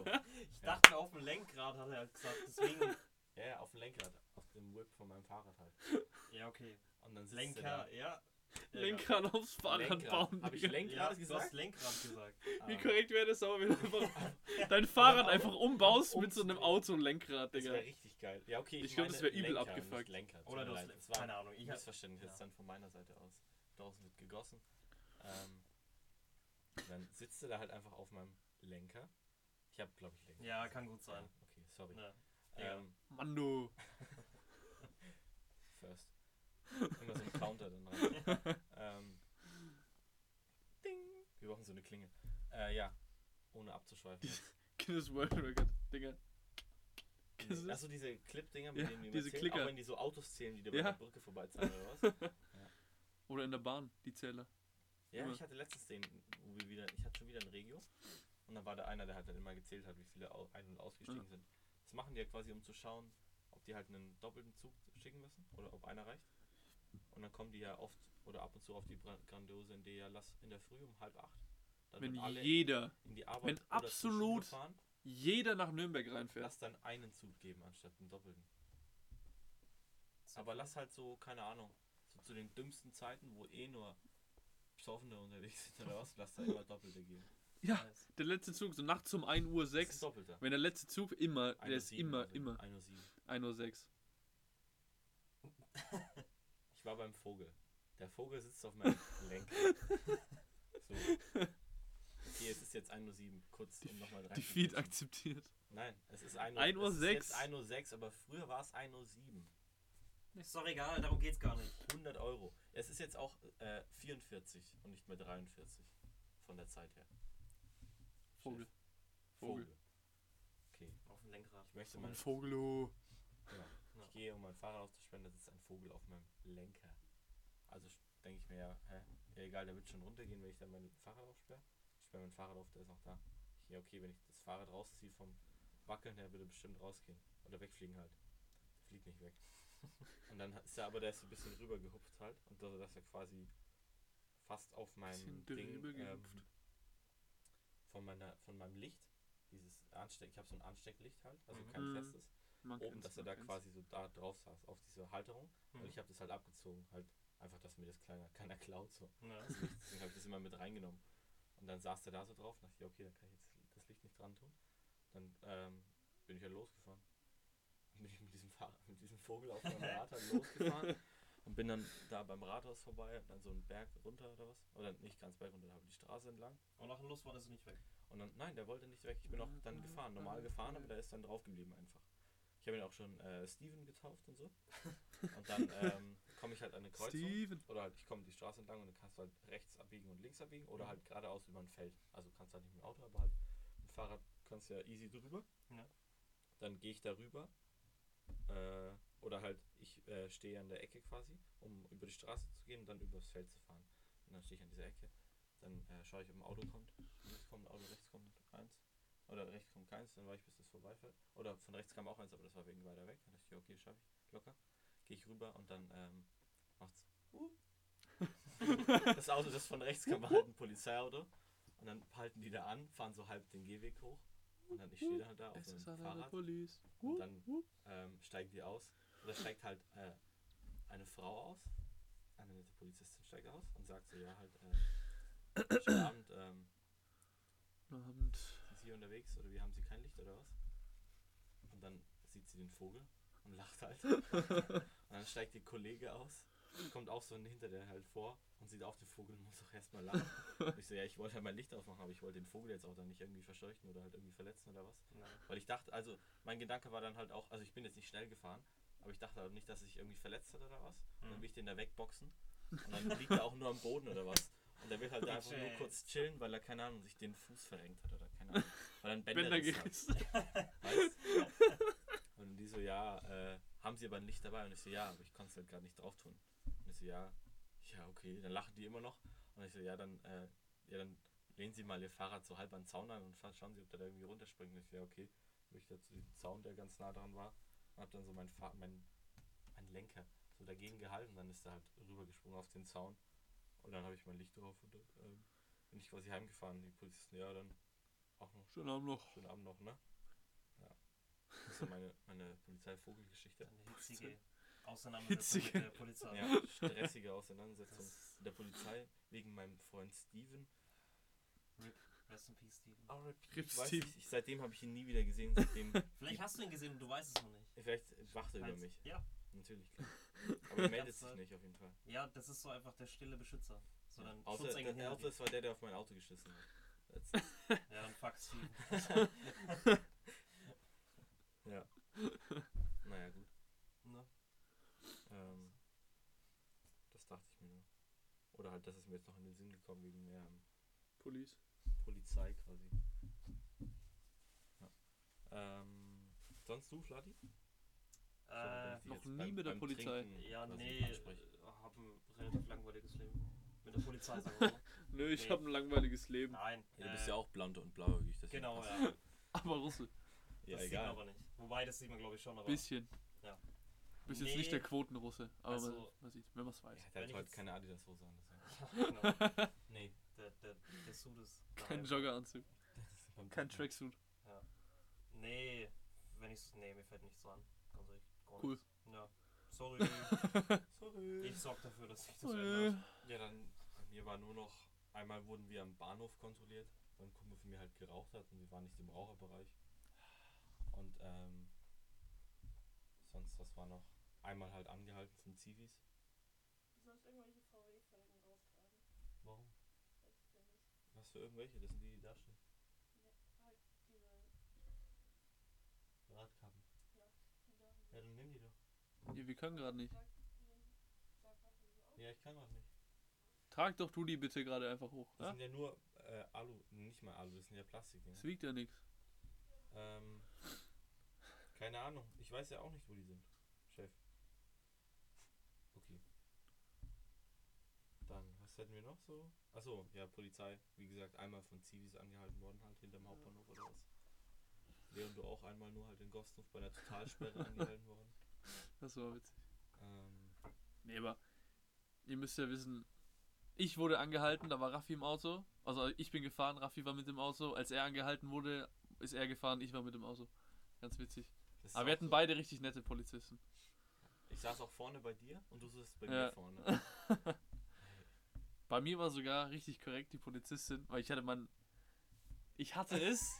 Speaker 2: Ja.
Speaker 3: Ich dachte auf dem Lenkrad, hat er halt gesagt. Deswegen.
Speaker 2: Ja, ja, auf dem Lenkrad. Auf dem Whip von meinem Fahrrad halt.
Speaker 3: Ja, okay.
Speaker 2: Und dann sitzt er
Speaker 3: Lenker, ja.
Speaker 2: da.
Speaker 1: Lenkrad aufs
Speaker 2: Ja,
Speaker 1: Fahrrad
Speaker 2: genau. Lenkrad.
Speaker 1: bauen.
Speaker 2: Hab ich
Speaker 1: Digga.
Speaker 3: Ja,
Speaker 2: Lenkrad
Speaker 3: du hast
Speaker 2: gesagt?
Speaker 3: Lenkrad gesagt.
Speaker 2: Ah.
Speaker 1: Wie korrekt wäre das aber, wenn du
Speaker 2: [laughs]
Speaker 1: einfach dein Fahrrad einfach umbaust mit so einem Autolenkrad,
Speaker 2: Genau. Das
Speaker 1: Digga.
Speaker 2: wäre richtig geil. Ja, okay.
Speaker 1: Ich glaub,
Speaker 2: meine
Speaker 1: das wär übel
Speaker 2: Lenker, nicht
Speaker 1: abgefuckt.
Speaker 2: Lenkrad.
Speaker 3: Oder du
Speaker 2: Tut mir
Speaker 3: hast.
Speaker 2: leid.
Speaker 3: Le-
Speaker 2: Das war-
Speaker 3: Keine Ahnung. Ich hab.
Speaker 2: Missverständnis
Speaker 3: ja.
Speaker 2: dann von meiner Seite aus. Draußen wird gegossen. Ähm, und dann sitzt er da halt einfach auf meinem Lenker. Ich habe, glaube ich, Lenker.
Speaker 3: Ja,
Speaker 2: gesagt.
Speaker 3: kann gut sein. Ne.
Speaker 2: Ja, okay, sorry.
Speaker 3: Ja. egal.
Speaker 2: ähm,
Speaker 1: Mann, du.
Speaker 2: first. Immer so ein Counter dann rein. ähm, Ding. Wir brauchen so eine Klinge. Äh, ja, ohne abzuschweifen.
Speaker 1: Guinness World Record, Digga. Dieses-
Speaker 2: Achso, diese Clip-Dinger, mit
Speaker 1: Ja,
Speaker 2: denen die
Speaker 1: diese
Speaker 2: immer zählen,
Speaker 1: Klicker.
Speaker 2: auch wenn die so Autos zählen, die dir
Speaker 1: Ja.
Speaker 2: bei der Brücke vorbeiziehen oder was?
Speaker 1: Oder in der Bahn, die Zähler.
Speaker 2: Ja,
Speaker 1: Immer.
Speaker 2: ich hatte letztens den, wo wir wieder, ich hatte schon wieder ein Regio und dann war da einer, der halt dann immer gezählt hat, wie viele au- ein- und ausgestiegen sind. Das machen die ja quasi, um zu schauen, ob die halt einen doppelten Zug schicken müssen oder ob einer reicht. Und dann kommen die ja oft oder ab und zu auf die bra- grandiose Idee, ja lass in der Früh um halb acht. Dann
Speaker 1: Wenn
Speaker 2: wenn alle
Speaker 1: jeder,
Speaker 2: in die Arbeit
Speaker 1: wenn
Speaker 2: oder zur Schule
Speaker 1: absolut-
Speaker 2: fahren,
Speaker 1: jeder nach Nürnberg reinfährt.
Speaker 2: lass dann einen Zug geben anstatt einen doppelten.
Speaker 3: So
Speaker 2: Aber
Speaker 3: cool.
Speaker 2: lass halt so, keine Ahnung, so zu den dümmsten Zeiten, wo eh nur Psoffene unterwegs sind oder was, lass da immer Doppelte geben.
Speaker 1: Ja, der letzte Zug, so nachts um 1 Uhr
Speaker 2: Das ist
Speaker 1: 6.
Speaker 2: Doppelter. also
Speaker 1: Wenn der letzte Zug immer, der ist
Speaker 2: 1.07
Speaker 1: immer,
Speaker 2: oder so.
Speaker 1: immer
Speaker 2: 1.07.
Speaker 1: 1 Uhr 6.
Speaker 2: Ich war beim
Speaker 1: [laughs]
Speaker 2: Vogel. Der Vogel sitzt auf meinem Lenker. So. Das Okay, es ist jetzt 1.07 Uhr, kurz um nochmal rein.
Speaker 1: Defeat akzeptiert.
Speaker 2: Nein, es ist 1
Speaker 1: 1 Uhr
Speaker 2: es ist
Speaker 1: sechs.
Speaker 2: jetzt 1 Uhr 6, aber früher war es 1 Uhr 7.
Speaker 3: Ist doch egal, darum geht's gar nicht.
Speaker 2: 100 Euro. Es ist jetzt auch äh, 44 und nicht mehr 43 von der Zeit her.
Speaker 1: Vogel.
Speaker 2: Chef.
Speaker 1: Vogel.
Speaker 2: Okay,
Speaker 3: Auf dem Lenkrad.
Speaker 2: ich möchte mal.
Speaker 1: Ein Vogelo.
Speaker 2: Genau.
Speaker 3: Ja.
Speaker 2: Ich gehe, um mein Fahrrad auszuspenden, da sitzt ein Vogel auf meinem Lenker. Also sch- denke ich mir ja, hä? Ja, egal, der wird schon runtergehen, wenn ich dann mein Fahrrad aufsperre. Ich sperre mein Fahrrad auf, der ist noch da. Ich gehe, okay, wenn ich das Fahrrad rausziehe vom Wackeln her, würde bestimmt rausgehen. Oder wegfliegen halt. Der fliegt
Speaker 1: [laughs]
Speaker 2: nicht weg. und dann ist er aber, der ist so ein bisschen rüber gehupft halt. Und da, dass er quasi fast auf meinem
Speaker 1: Bisschen
Speaker 2: Ding
Speaker 1: drüber
Speaker 2: ähm,
Speaker 1: gehupft.
Speaker 2: von, meiner, von meinem Licht, dieses Ansteck, ich habe so ein Anstecklicht halt, also
Speaker 3: Mhm.
Speaker 2: kein
Speaker 1: Mhm.
Speaker 2: festes
Speaker 1: Man
Speaker 2: oben,
Speaker 1: kennt's,
Speaker 2: dass er
Speaker 1: man
Speaker 2: da
Speaker 1: kennt's.
Speaker 2: quasi so da drauf saß, auf diese Halterung.
Speaker 3: Mhm.
Speaker 2: Und ich habe das halt abgezogen, halt einfach, dass mir das kleiner, [laughs] keiner klaut. So.
Speaker 3: Ja.
Speaker 2: Deswegen habe ich das immer mit reingenommen. Und dann saß der da so drauf und dachte, ja, okay, dann kann ich jetzt das Licht nicht dran tun. Dann ähm, bin ich halt losgefahren. Bin ich mit diesem, Fahr mit diesem Vogel auf meinem Rad halt losgefahren. Und bin dann da beim Rathaus vorbei und dann so einen Berg runter oder was. Oder nicht ganz berg runter, aber die Straße entlang.
Speaker 3: Und nach dem Lustwort ist es nicht weg.
Speaker 2: Und dann, nein, der wollte nicht weg. Ich bin auch dann gefahren, normal gefahren, aber der ist dann drauf geblieben einfach. Ich habe ihn auch schon äh, Steven getauft und so. Und dann ähm, komme ich halt an eine Kreuzung.
Speaker 1: Steven.
Speaker 2: Oder halt, ich komme die Straße entlang und dann kannst du halt rechts abbiegen und links abbiegen oder
Speaker 3: Mhm.
Speaker 2: halt geradeaus über ein Feld. Also kannst halt nicht mit dem Auto, aber halt mit dem Fahrrad kannst du ja easy drüber.
Speaker 3: Ja.
Speaker 2: Dann gehe ich darüber. Äh, oder halt, ich äh, stehe an der Ecke quasi, um über die Straße zu gehen und dann übers Feld zu fahren. Und dann stehe ich an dieser Ecke. Dann äh, schaue ich, ob ein Auto kommt. Links kommt ein Auto, rechts kommt eins. Oder rechts kommt keins, dann war ich, bis das vorbeifährt. Oder von rechts kam auch eins, aber das war wegen weiter weg. Dann dachte ich, ja, okay, schaffe ich, locker. Gehe ich rüber und dann ähm, macht's. Uh. [laughs] das Auto, das von rechts kam, war halt ein Polizeiauto. Und dann halten die da an, fahren so halb den Gehweg hoch. Und dann ich stehe dann halt da auf
Speaker 1: Es
Speaker 2: dem
Speaker 1: ist an der
Speaker 2: Fahrrad
Speaker 1: Police.
Speaker 2: und
Speaker 1: Wup,
Speaker 2: dann
Speaker 1: wup.
Speaker 2: ähm, steigen die aus. Und da steigt halt äh, eine Frau aus, eine nette Polizistin steigt aus und sagt so, ja halt, äh, schönen Abend, ähm,
Speaker 1: Guten Abend.
Speaker 2: sind Sie hier unterwegs oder wie haben Sie kein Licht oder was? Und dann sieht sie den Vogel und lacht halt. und dann steigt ihr Kollege aus, kommt auch so hinter der halt vor und sieht auch den Vogel und muss auch erstmal lachen. Und ich so, ja, ich wollte halt mein Licht aufmachen, aber ich wollte den Vogel jetzt auch dann nicht irgendwie verscheuchen oder halt irgendwie verletzen oder was.
Speaker 3: Ne.
Speaker 2: Weil ich dachte, also mein Gedanke war dann halt auch, also ich bin jetzt nicht schnell gefahren, aber ich dachte halt nicht, dass er sich irgendwie verletzt hat oder was. Und dann
Speaker 3: Mhm.
Speaker 2: will ich den da wegboxen. Und dann liegt er auch nur am Boden oder was. Und der will halt da einfach nur
Speaker 3: Chillt.
Speaker 2: kurz chillen, weil er, keine Ahnung, sich den Fuß verrenkt hat oder keine Ahnung. Weil er einen Bänder,
Speaker 1: Bänder
Speaker 2: Bänder hat.
Speaker 1: gerissen. [laughs]
Speaker 2: Weißt? [laughs] Und die so, ja, äh, haben sie aber ein Licht dabei? Und ich so, ja, aber ich konnte es halt gerade nicht drauf tun. Und ich so, ja, ja, okay. Dann lachen die immer noch. Und ich so, ja, dann, äh, ja, dann lehnen sie mal ihr Fahrrad so halb an den Zaun an und fa- schauen sie, ob der da irgendwie runterspringt. Und ich so, ja, okay. Hab ich da zu dem Zaun, der ganz nah dran war, und hab dann so mein, Fahr mein, mein Lenker so dagegen gehalten. Dann ist er halt rübergesprungen auf den Zaun. Und dann habe ich mein Licht drauf und ähm, bin ich quasi heimgefahren. Die Polizisten, ja, dann auch noch
Speaker 1: Schönen Abend noch.
Speaker 2: Schönen Abend noch, ne? Ja. Das ist so meine, meine Polizeivogelgeschichte.
Speaker 3: Eine hitzige Auseinandersetzung
Speaker 1: Hitzige.
Speaker 3: mit der Polizei.
Speaker 2: Ja, stressige Auseinandersetzung
Speaker 3: Das-
Speaker 2: mit der Polizei wegen meinem Freund Steven.
Speaker 3: Rest in peace, Steven.
Speaker 2: Ich
Speaker 1: Griff
Speaker 2: weiß
Speaker 1: Steven.
Speaker 2: nicht, ich, seitdem habe ich ihn nie wieder gesehen.
Speaker 3: [laughs]
Speaker 2: Seitdem
Speaker 3: Vielleicht hast du ihn gesehen und du weißt es noch nicht.
Speaker 2: vielleicht wacht er über
Speaker 3: Meinst-
Speaker 2: mich.
Speaker 3: Ja.
Speaker 2: Natürlich, klar. Aber er meldet
Speaker 3: Ganz
Speaker 2: sich
Speaker 3: neu.
Speaker 2: nicht auf jeden Fall.
Speaker 3: ja, das ist so einfach der stille Beschützer. So dein
Speaker 2: Außer,
Speaker 3: Schutzengel
Speaker 2: der,
Speaker 3: hinter
Speaker 2: außer
Speaker 3: dir.
Speaker 2: es war der, der auf mein Auto geschissen hat. Letztens.
Speaker 3: Ja, dann fuck
Speaker 2: [laughs]
Speaker 3: Steven.
Speaker 2: ja. Naja, gut.
Speaker 3: Ne?
Speaker 2: Ähm, das dachte ich mir nur. Oder halt, das ist mir jetzt noch in den Sinn gekommen wegen der ähm,
Speaker 1: Police.
Speaker 2: Polizei quasi. Ja. Ähm, sonst du, Flati? Sorry, wenn
Speaker 3: Äh,
Speaker 2: ich dich
Speaker 1: noch
Speaker 2: jetzt
Speaker 1: nie mit der Polizei.
Speaker 2: Trinken
Speaker 3: ja,
Speaker 2: quasi
Speaker 3: nee, äh,
Speaker 2: anspreche.
Speaker 3: hab ein relativ langweiliges Leben. Mit der Polizei, sagen wir mal.
Speaker 2: [laughs]
Speaker 1: Nö, ich
Speaker 3: Nee.
Speaker 1: habe ein langweiliges Leben.
Speaker 3: Nein.
Speaker 2: Ja, du bist
Speaker 3: äh,
Speaker 2: ja auch blond und blauäugig. deswegen
Speaker 3: Genau,
Speaker 2: passt-
Speaker 3: ja. genau Das
Speaker 1: Aber Russel.
Speaker 2: ja.
Speaker 3: sieht man
Speaker 2: egal.
Speaker 3: aber nicht. Wobei, das sieht man glaube ich schon, aber.
Speaker 1: Bisschen.
Speaker 3: Ja.
Speaker 1: Bist jetzt
Speaker 3: Nee.
Speaker 1: nicht der Quotenrusse, aber man,
Speaker 3: Also-
Speaker 1: man sieht, wenn man es weiß.
Speaker 2: Ja, der hat
Speaker 3: Wenn
Speaker 2: halt
Speaker 3: ich
Speaker 2: heute
Speaker 3: jetzt-
Speaker 2: keine Adidas-Hose an. deswegen.
Speaker 3: genau. Der,
Speaker 2: [laughs] Nee.
Speaker 3: der, der Sud
Speaker 2: [laughs]
Speaker 3: ist.
Speaker 1: Kein
Speaker 3: daheim.
Speaker 1: Joggeranzug,
Speaker 2: beim
Speaker 1: kein
Speaker 2: Trinken.
Speaker 1: Tracksuit.
Speaker 3: Nee, wenn ich. Nee, mir fällt nichts so an. Ganz ehrlich. gar
Speaker 1: Cool.
Speaker 3: nichts. Ja.
Speaker 2: [laughs]
Speaker 3: Sorry.
Speaker 2: Sorry.
Speaker 3: ich sorg dafür,
Speaker 1: [laughs]
Speaker 3: dass ich das
Speaker 1: Äh,
Speaker 3: ändert.
Speaker 2: Oh, Ja, dann, bei mir war nur noch, einmal wurden wir am Bahnhof kontrolliert, weil ein Kumpel von mir halt geraucht hat und wir waren nicht im Raucherbereich. Und ähm, sonst, was war noch? Einmal halt angehalten von Zivis.
Speaker 4: Du sollst irgendwelche VW-Felgen rausgraben.
Speaker 2: Warum?
Speaker 4: Weiß ich ja nicht.
Speaker 2: Was? Was für irgendwelche? Das sind die, die da stehen.
Speaker 4: Halt diese.
Speaker 2: Radkappen. Ja,
Speaker 4: Sag,
Speaker 2: dann nimm die doch.
Speaker 1: Nee, wir können gerade nicht.
Speaker 4: sag was du so.
Speaker 2: Ja, ich kann auch nicht.
Speaker 1: Trag doch du die bitte gerade einfach hoch.
Speaker 2: Das
Speaker 1: Ja?
Speaker 2: sind ja nur äh, Alu, nicht mal Alu, das sind ja Plastikdinger.
Speaker 1: Es wiegt ja nichts.
Speaker 2: Ähm, keine Ahnung. Ich weiß ja auch nicht, wo die sind. Chef. Okay. Dann, was hätten wir noch so? Achso, ja, Polizei. Wie gesagt, einmal von Zivis angehalten worden, halt hinterm Hauptbahnhof oder was. Leon, du auch einmal nur halt in Gostorf bei der Totalsperre [laughs] angehalten worden.
Speaker 1: Das war witzig.
Speaker 2: Ähm,
Speaker 1: Nee, aber ihr müsst ja wissen, ich wurde angehalten, da war Raffi im Auto. Also ich bin gefahren, Raffi war mit dem Auto. Als er angehalten wurde, ist er gefahren, ich war mit dem Auto. Ganz witzig.
Speaker 2: das ist
Speaker 1: Aber wir
Speaker 2: auch
Speaker 1: hatten
Speaker 2: so.
Speaker 1: beide richtig nette Polizisten.
Speaker 2: Ich saß auch vorne bei dir und du saßt bei
Speaker 1: Ja.
Speaker 2: mir vorne.
Speaker 1: [laughs] Bei mir war sogar richtig korrekt die Polizistin, weil ich hatte man. Ich hatte
Speaker 2: [laughs]
Speaker 1: es.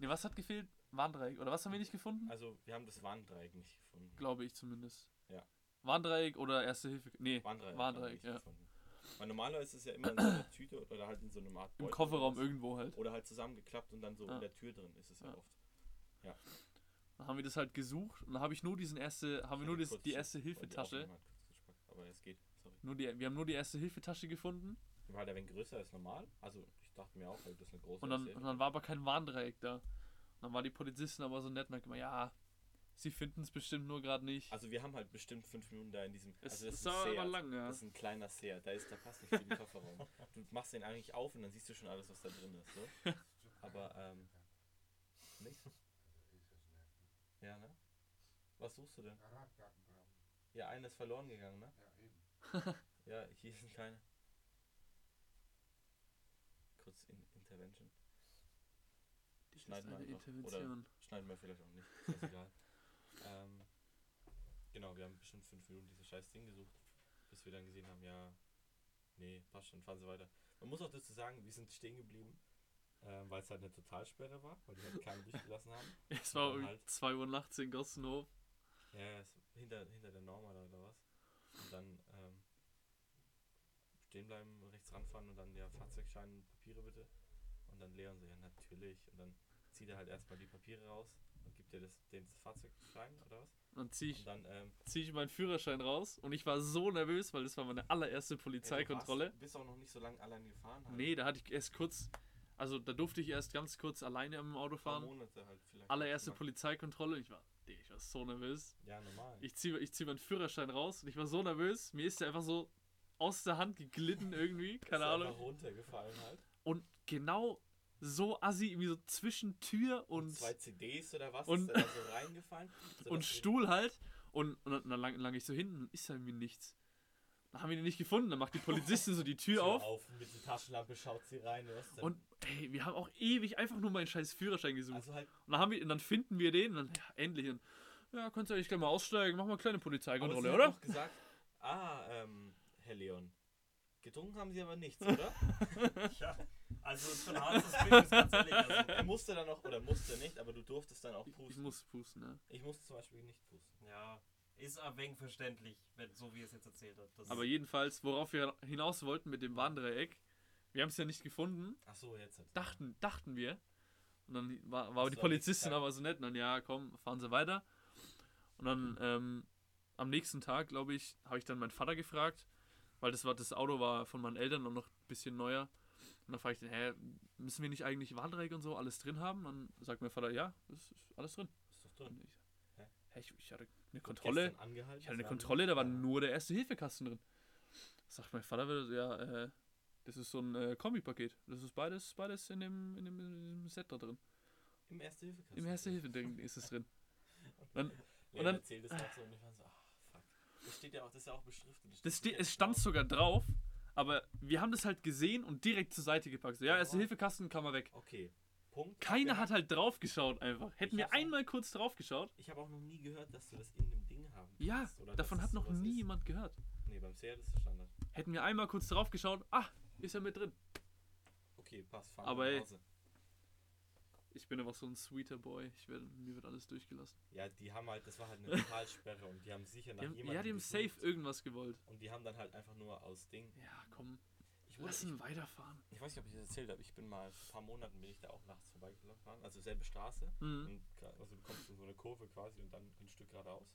Speaker 1: nee, was hat gefehlt? Warndreieck. Oder was haben wir nicht gefunden?
Speaker 2: Also, wir haben das Warndreieck nicht gefunden.
Speaker 1: Glaube ich zumindest.
Speaker 2: Ja.
Speaker 1: Warndreieck oder Erste Hilfe. Nee,
Speaker 2: Warndreieck.
Speaker 1: Warndreieck,
Speaker 2: haben wir
Speaker 1: ja.
Speaker 2: nicht gefunden. Weil normalerweise ist es ja immer in so einer Tüte oder halt in so einem Art
Speaker 1: im
Speaker 2: Beutel
Speaker 1: Kofferraum
Speaker 2: oder was.
Speaker 1: irgendwo halt.
Speaker 2: Oder halt zusammengeklappt und dann so
Speaker 1: Ja.
Speaker 2: in der Tür drin ist es ja,
Speaker 1: Ja.
Speaker 2: oft.
Speaker 1: Dann haben wir das halt gesucht und dann habe ich nur diesen erste, haben wir
Speaker 2: Ich
Speaker 1: nur
Speaker 2: hatte
Speaker 1: das,
Speaker 2: kurz
Speaker 1: die
Speaker 2: zu-
Speaker 1: erste Hilfe
Speaker 2: wollte auch
Speaker 1: Tasche.
Speaker 2: schon mal kurz gesprochen, Aber es geht, sorry.
Speaker 1: Nur die, wir haben nur die erste Hilfetasche gefunden
Speaker 2: Die war halt ein wenig größer als normal. Also ich dachte mir auch, weil das ist eine große
Speaker 1: und dann,
Speaker 2: ist.
Speaker 1: und dann war aber kein Warndreieck da. Und dann war die Polizistin aber so nett und hat gemeint, ja, sie finden es bestimmt nur gerade nicht.
Speaker 2: Also wir haben halt bestimmt fünf Minuten da in diesem.
Speaker 1: es
Speaker 2: also das
Speaker 1: es
Speaker 2: ist ein
Speaker 1: dauert aber
Speaker 2: Seat.
Speaker 1: lang, ja.
Speaker 2: Das ist ein kleiner Seat, da, ist, da passt nicht viel
Speaker 1: [laughs]
Speaker 2: im Kofferraum. Du machst den eigentlich auf und dann siehst du schon alles, was da drin ist. Ne? Aber, ähm, nicht? Ja, ne? Was suchst du denn? Ja, einer ist verloren gegangen, ne? Ja, hier sind keine. Kurz in Intervention.
Speaker 1: Das ist
Speaker 2: schneiden wir
Speaker 1: eine
Speaker 2: einfach. Oder-
Speaker 1: Intervention.
Speaker 2: Schneiden wir vielleicht auch nicht. Ist egal. ähm, genau, wir haben bestimmt fünf Minuten dieses scheiß Ding gesucht, bis wir dann gesehen haben, ja, nee, passt schon, fahren sie weiter. Man muss auch dazu sagen, wir sind stehen geblieben, ähm, weil es halt eine Totalsperre war, weil die halt keinen
Speaker 1: [laughs]
Speaker 2: durchgelassen haben.
Speaker 1: [laughs] Es war
Speaker 2: Dann
Speaker 1: um
Speaker 2: halt.
Speaker 1: 2 Uhr nachts in Gossenhof.
Speaker 2: Ja, ja, ist hinter, hinter der Norma da oder was. Und dann ähm, stehen bleiben, rechts ranfahren und dann, ja, Fahrzeugschein, Papiere bitte. Und dann Leon so, ja, natürlich. Und dann zieht er halt erstmal die Papiere raus und gibt dir das, den Fahrzeugschein oder was.
Speaker 1: Dann ziehe ich,
Speaker 2: Und dann, ähm,
Speaker 1: zieh ich meinen Führerschein raus und ich war so nervös, weil das war meine allererste Polizeikontrolle.
Speaker 2: Du bist auch noch nicht so lange allein gefahren. Halt.
Speaker 1: Nee, da hatte ich erst kurz, also da durfte ich erst ganz kurz alleine im Auto
Speaker 2: Paar
Speaker 1: fahren.
Speaker 2: Monate halt vielleicht.
Speaker 1: Allererste
Speaker 2: Max-
Speaker 1: Polizeikontrolle, ich war, Digga, ich war so nervös.
Speaker 2: Ja, normal.
Speaker 1: Ich ziehe ich zieh meinen Führerschein raus und ich war so nervös, mir ist der einfach so aus der Hand geglitten
Speaker 2: [laughs]
Speaker 1: irgendwie, keine
Speaker 2: Ist einfach
Speaker 1: Ahnung.
Speaker 2: runtergefallen halt.
Speaker 1: Und genau so assi, irgendwie so zwischen Tür und,
Speaker 2: zwei CDs oder was
Speaker 1: und-
Speaker 2: ist da so reingefallen. So
Speaker 1: und
Speaker 2: dass wir-
Speaker 1: Stuhl halt. Und, und dann- dann lang, lang ich so hinten und ist da irgendwie nichts. Dann haben wir den nicht gefunden, dann macht die Polizistin so
Speaker 2: [laughs]
Speaker 1: die Tür auf.
Speaker 2: Mit der Taschenlampe schaut sie rein. Was denn?
Speaker 1: Und ey, wir haben auch ewig einfach nur meinen scheiß Führerschein gesucht.
Speaker 2: also halt,
Speaker 1: Und dann, haben wir, und dann finden wir den und dann, ja, endlich. Und, ja, könnt ihr eigentlich gleich mal aussteigen, machen wir eine kleine
Speaker 2: aber
Speaker 1: Polizeikontrolle,
Speaker 2: sie
Speaker 1: oder?
Speaker 2: hat noch gesagt, ah, ähm, Herr Leon, getrunken haben Sie aber nichts, oder?
Speaker 1: [laughs]
Speaker 3: Ja, also es ist schon ein hartes Business, ganz ehrlich. Also,
Speaker 2: er musste dann noch, oder musste nicht, aber du durftest dann auch
Speaker 1: Ich,
Speaker 2: pusten.
Speaker 1: ich muss pusten, ja.
Speaker 2: ich musste zum Beispiel nicht pusten.
Speaker 3: ja, ist ein wenig verständlich, wenn, so wie er es jetzt erzählt hat. Das
Speaker 1: Aber jedenfalls, worauf wir hinaus wollten mit dem Warndreieck, wir haben es ja nicht gefunden,
Speaker 2: Ach so, jetzt. hat's-
Speaker 1: dachten, dachten wir. Und dann war, war die
Speaker 2: Hast du am nächsten
Speaker 1: Polizistin
Speaker 2: Tag-
Speaker 1: aber so nett und dann, ja, komm, fahren Sie weiter. Und
Speaker 2: Mhm.
Speaker 1: dann ähm, am nächsten Tag, glaube ich, habe ich dann meinen Vater gefragt, weil das, war, das Auto war von meinen Eltern und noch ein bisschen neuer. Und dann frage ich den, hä, müssen wir nicht eigentlich Warndreieck und so alles drin haben? Und dann sagt mein Vater, ja, das ist alles drin.
Speaker 2: Ist doch
Speaker 1: Und
Speaker 2: drin.
Speaker 1: ich,
Speaker 2: Hä?
Speaker 1: hä, ich, ich hatte eine Kontrolle.
Speaker 2: Gestern angehalten,
Speaker 1: Ich hatte eine
Speaker 2: das war-
Speaker 1: Kontrolle, da war nur der Erste-Hilfe-Kasten drin. Sagt mein Vater wieder, so, ja, äh, das ist so ein äh, Kombipaket. Das ist beides, beides in dem, in dem, in dem Set da drin.
Speaker 2: Im Erste-Hilfe-Kasten.
Speaker 1: Im Erste-Hilfe-Ding ist es
Speaker 2: [laughs]
Speaker 1: drin. Dann,
Speaker 2: Und
Speaker 1: dann-
Speaker 2: dann erzählt es auch so und ich war so, ah, fuck. Das steht ja auch, das ist ja auch beschriftet.
Speaker 1: das,
Speaker 2: steht
Speaker 1: ste-
Speaker 2: ja
Speaker 1: es
Speaker 2: nicht
Speaker 1: stand
Speaker 2: drauf.
Speaker 1: sogar drauf, aber wir haben das halt gesehen und direkt zur Seite gepackt. So, ja, Erste-Hilfe-Kasten kann man weg.
Speaker 2: Okay, Punkt. Genau.
Speaker 1: Keiner
Speaker 2: Abgehakt.
Speaker 1: hat halt drauf geschaut einfach. Hätten wir
Speaker 2: hab's auch-
Speaker 1: einmal kurz drauf geschaut,
Speaker 2: Ich habe auch noch nie gehört, dass du das in dem Ding haben
Speaker 1: ja,
Speaker 2: kannst. dass
Speaker 1: davon
Speaker 2: es
Speaker 1: hat noch
Speaker 2: sowas
Speaker 1: nie
Speaker 2: Ist.
Speaker 1: jemand gehört.
Speaker 2: Nee, beim Seat ist es Standard.
Speaker 1: Hätten wir einmal kurz drauf geschaut, ah, ist er mit drin.
Speaker 2: Okay, passt, fahren
Speaker 1: Aber
Speaker 2: wir
Speaker 1: ey.
Speaker 2: nach Hause.
Speaker 1: Ich bin einfach so ein sweeter Boy. Ich werd, mir wird alles durchgelassen.
Speaker 2: Ja, die haben halt, das war halt
Speaker 1: [laughs]
Speaker 2: eine Talsperre und die haben sicher nach
Speaker 1: Die haben,
Speaker 2: jemandem
Speaker 1: ja, die haben
Speaker 2: gesucht.
Speaker 1: safe irgendwas gewollt.
Speaker 2: Und die haben dann halt einfach nur aus Ding.
Speaker 1: Ja, komm.
Speaker 2: Ich Ich, wurde, ich,
Speaker 1: Lassen weiterfahren.
Speaker 2: ich weiß nicht, ob ich das erzählt habe. Ich bin mal vor ein paar Monaten bin ich da auch nachts vorbeigefahren. Also selbe Straße.
Speaker 1: Mhm.
Speaker 2: Und gra- also du kommst in so eine Kurve quasi und dann ein Stück geradeaus.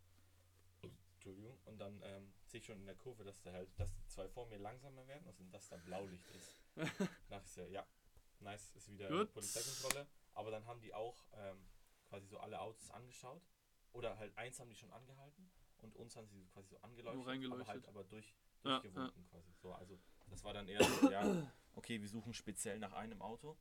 Speaker 2: Also, Entschuldigung. Und dann ähm, sehe ich schon in der Kurve, dass da halt, dass die zwei vor mir langsamer werden, also dass da Blaulicht
Speaker 1: [laughs]
Speaker 2: ist. Nach ist ja, ja, nice, ist wieder
Speaker 1: Gut.
Speaker 2: Polizeikontrolle. Aber dann haben die auch ähm, quasi so alle Autos angeschaut. Oder halt eins haben die schon angehalten und uns haben sie quasi so angeleuchtet, aber
Speaker 1: reingeleuchtet.
Speaker 2: halt aber durch,
Speaker 1: Ja, ja.
Speaker 2: durchgewunken quasi. So, also das war dann eher so, ja, okay, wir suchen speziell nach einem Auto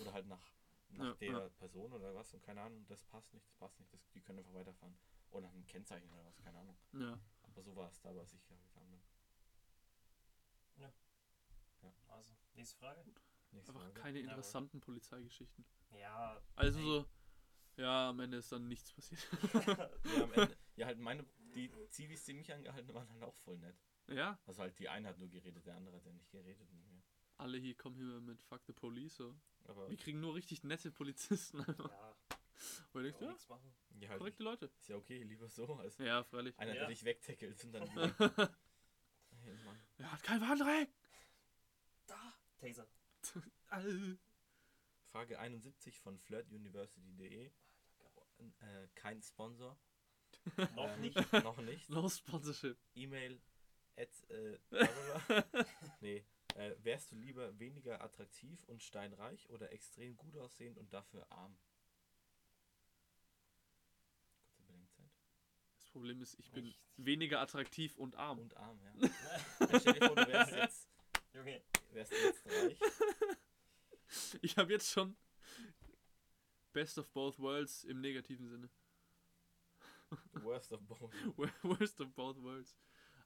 Speaker 2: oder halt nach nach
Speaker 1: Ja,
Speaker 2: der
Speaker 1: ja.
Speaker 2: Person oder was und keine Ahnung, das passt nicht, das passt nicht, das, die können einfach weiterfahren. Oder nach einem Kennzeichen oder was, keine Ahnung.
Speaker 1: Ja.
Speaker 2: Aber so war es da, was ich ne? gefahren bin.
Speaker 3: Also, nächste Frage.
Speaker 2: Nächste
Speaker 1: Einfach
Speaker 2: Frage.
Speaker 1: keine
Speaker 3: Jawohl.
Speaker 1: interessanten Polizeigeschichten.
Speaker 3: Ja.
Speaker 1: Also
Speaker 3: ey,
Speaker 1: so, ja, am Ende ist dann nichts
Speaker 2: [laughs]
Speaker 1: passiert.
Speaker 2: Ja, am Ende, ja, halt meine, die Zivis, die mich angehalten haben, waren halt auch voll nett.
Speaker 1: ja,
Speaker 2: Also halt die eine hat nur geredet, der andere hat ja nicht geredet mit mir.
Speaker 1: alle hier kommen hier mit Fuck the Police. So.
Speaker 2: Aber
Speaker 1: Wir kriegen nur richtig nette Polizisten [laughs] einfach.
Speaker 3: Ja,
Speaker 1: Wo du denkst,
Speaker 3: ja.
Speaker 1: ja,
Speaker 3: nichts machen.
Speaker 2: ja, halt,
Speaker 1: korrekte Leute.
Speaker 2: ist ja okay, lieber so, als
Speaker 1: Ja, freilich.
Speaker 2: einer,
Speaker 3: Ja.
Speaker 2: der dich wegtackelt
Speaker 1: [laughs]
Speaker 2: und dann. hey, Mann.
Speaker 1: Er hat kein Warndreieck.
Speaker 3: Taser.
Speaker 1: Au.
Speaker 2: Frage 71 von flirtuniversity.de. Äh, kein
Speaker 1: [laughs]
Speaker 2: Sponsor.
Speaker 3: Noch
Speaker 2: Ähm,
Speaker 3: nicht.
Speaker 2: Noch
Speaker 1: [laughs]
Speaker 2: nicht.
Speaker 1: No sponsorship.
Speaker 2: E-Mail at,
Speaker 1: [laughs]
Speaker 2: äh, blablabla. nee. Äh, wärst du lieber weniger attraktiv und steinreich oder extrem gut aussehend und dafür arm? Kurze Bedenkzeit.
Speaker 1: Das Problem ist, ich bin
Speaker 3: Echt?
Speaker 1: weniger attraktiv und arm.
Speaker 2: Und arm, ja. Dann Stell dir vor, du wärst jetzt,
Speaker 3: Junge,
Speaker 2: wärst jetzt reich.
Speaker 1: Ich habe jetzt schon Best of Both Worlds im negativen Sinne.
Speaker 2: The worst of both.
Speaker 1: [laughs] Worst of Both Worlds.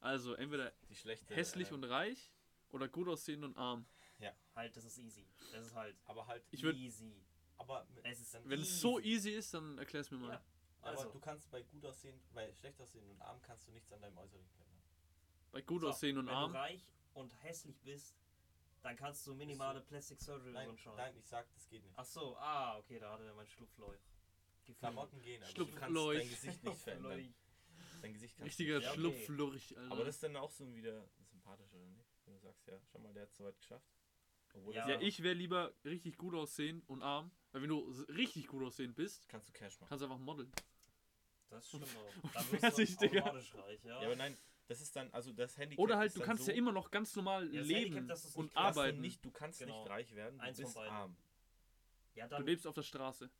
Speaker 1: Also entweder
Speaker 2: Die schlechte.
Speaker 1: hässlich
Speaker 2: äh,
Speaker 1: und reich oder gut aussehend und arm.
Speaker 3: halt, das ist easy. Das ist halt
Speaker 2: Aber halt.
Speaker 1: Ich würd-
Speaker 3: easy.
Speaker 2: Aber, mit-
Speaker 3: Es ist
Speaker 1: Wenn es so
Speaker 3: Easy.
Speaker 1: easy ist, dann erklär's mir mal.
Speaker 3: Ja.
Speaker 2: aber
Speaker 3: Äh, also-
Speaker 2: du kannst bei gut aussehend, bei schlecht aussehend und arm kannst du nichts an deinem Äußeren ändern.
Speaker 1: Bei gut
Speaker 3: So,
Speaker 1: aussehen und
Speaker 3: Wenn
Speaker 1: arm.
Speaker 3: du reich und hässlich bist, dann kannst du minimale Plastic Surgery und so
Speaker 2: Nein,
Speaker 3: einen Scheiß.
Speaker 2: nein, ich sag, das geht nicht.
Speaker 3: Ach so, ah, okay, da hatte er mein Schlupfloch. [laughs]
Speaker 2: Klamotten gehen, aber du
Speaker 1: Schlupfloch.
Speaker 2: kannst
Speaker 1: [laughs]
Speaker 2: dein Gesicht nicht verändern.
Speaker 3: Schlupfloch.
Speaker 2: Dein Gesicht kannst du
Speaker 1: Richtiger
Speaker 2: nicht
Speaker 3: Ja, okay.
Speaker 2: verändern.
Speaker 1: Schlupflurch, Alter.
Speaker 2: Aber das ist dann auch so wieder sympathisch, oder nicht? Wenn du sagst, ja, schau mal, der hat es soweit geschafft. Obwohl,
Speaker 3: Ja.
Speaker 2: ja.
Speaker 1: ja, ich wäre lieber richtig gut aussehen und arm. Weil wenn du s- richtig gut aussehen bist,
Speaker 2: kannst du Cash machen.
Speaker 1: kannst du einfach modeln.
Speaker 3: Das stimmt auch.
Speaker 1: [laughs]
Speaker 3: Dann
Speaker 1: Fertig,
Speaker 3: wirst du
Speaker 1: Digga.
Speaker 3: automatisch reich, ja.
Speaker 2: Ja, aber nein, das ist dann, also das Handicap
Speaker 1: Oder halt,
Speaker 2: ist
Speaker 1: du
Speaker 2: dann
Speaker 1: kannst
Speaker 2: so,
Speaker 1: ja immer noch ganz normal
Speaker 3: Ja, das Handicap,
Speaker 1: leben
Speaker 3: dass du's nicht
Speaker 1: und
Speaker 3: kannst,
Speaker 2: dass du
Speaker 1: arbeiten.
Speaker 2: Nicht, du kannst
Speaker 3: Genau.
Speaker 2: nicht reich werden, du
Speaker 3: Eins von
Speaker 2: bist
Speaker 3: beiden.
Speaker 2: arm.
Speaker 3: ja
Speaker 1: Du
Speaker 3: dann,
Speaker 1: lebst auf der
Speaker 3: [clears throat]
Speaker 1: Straße.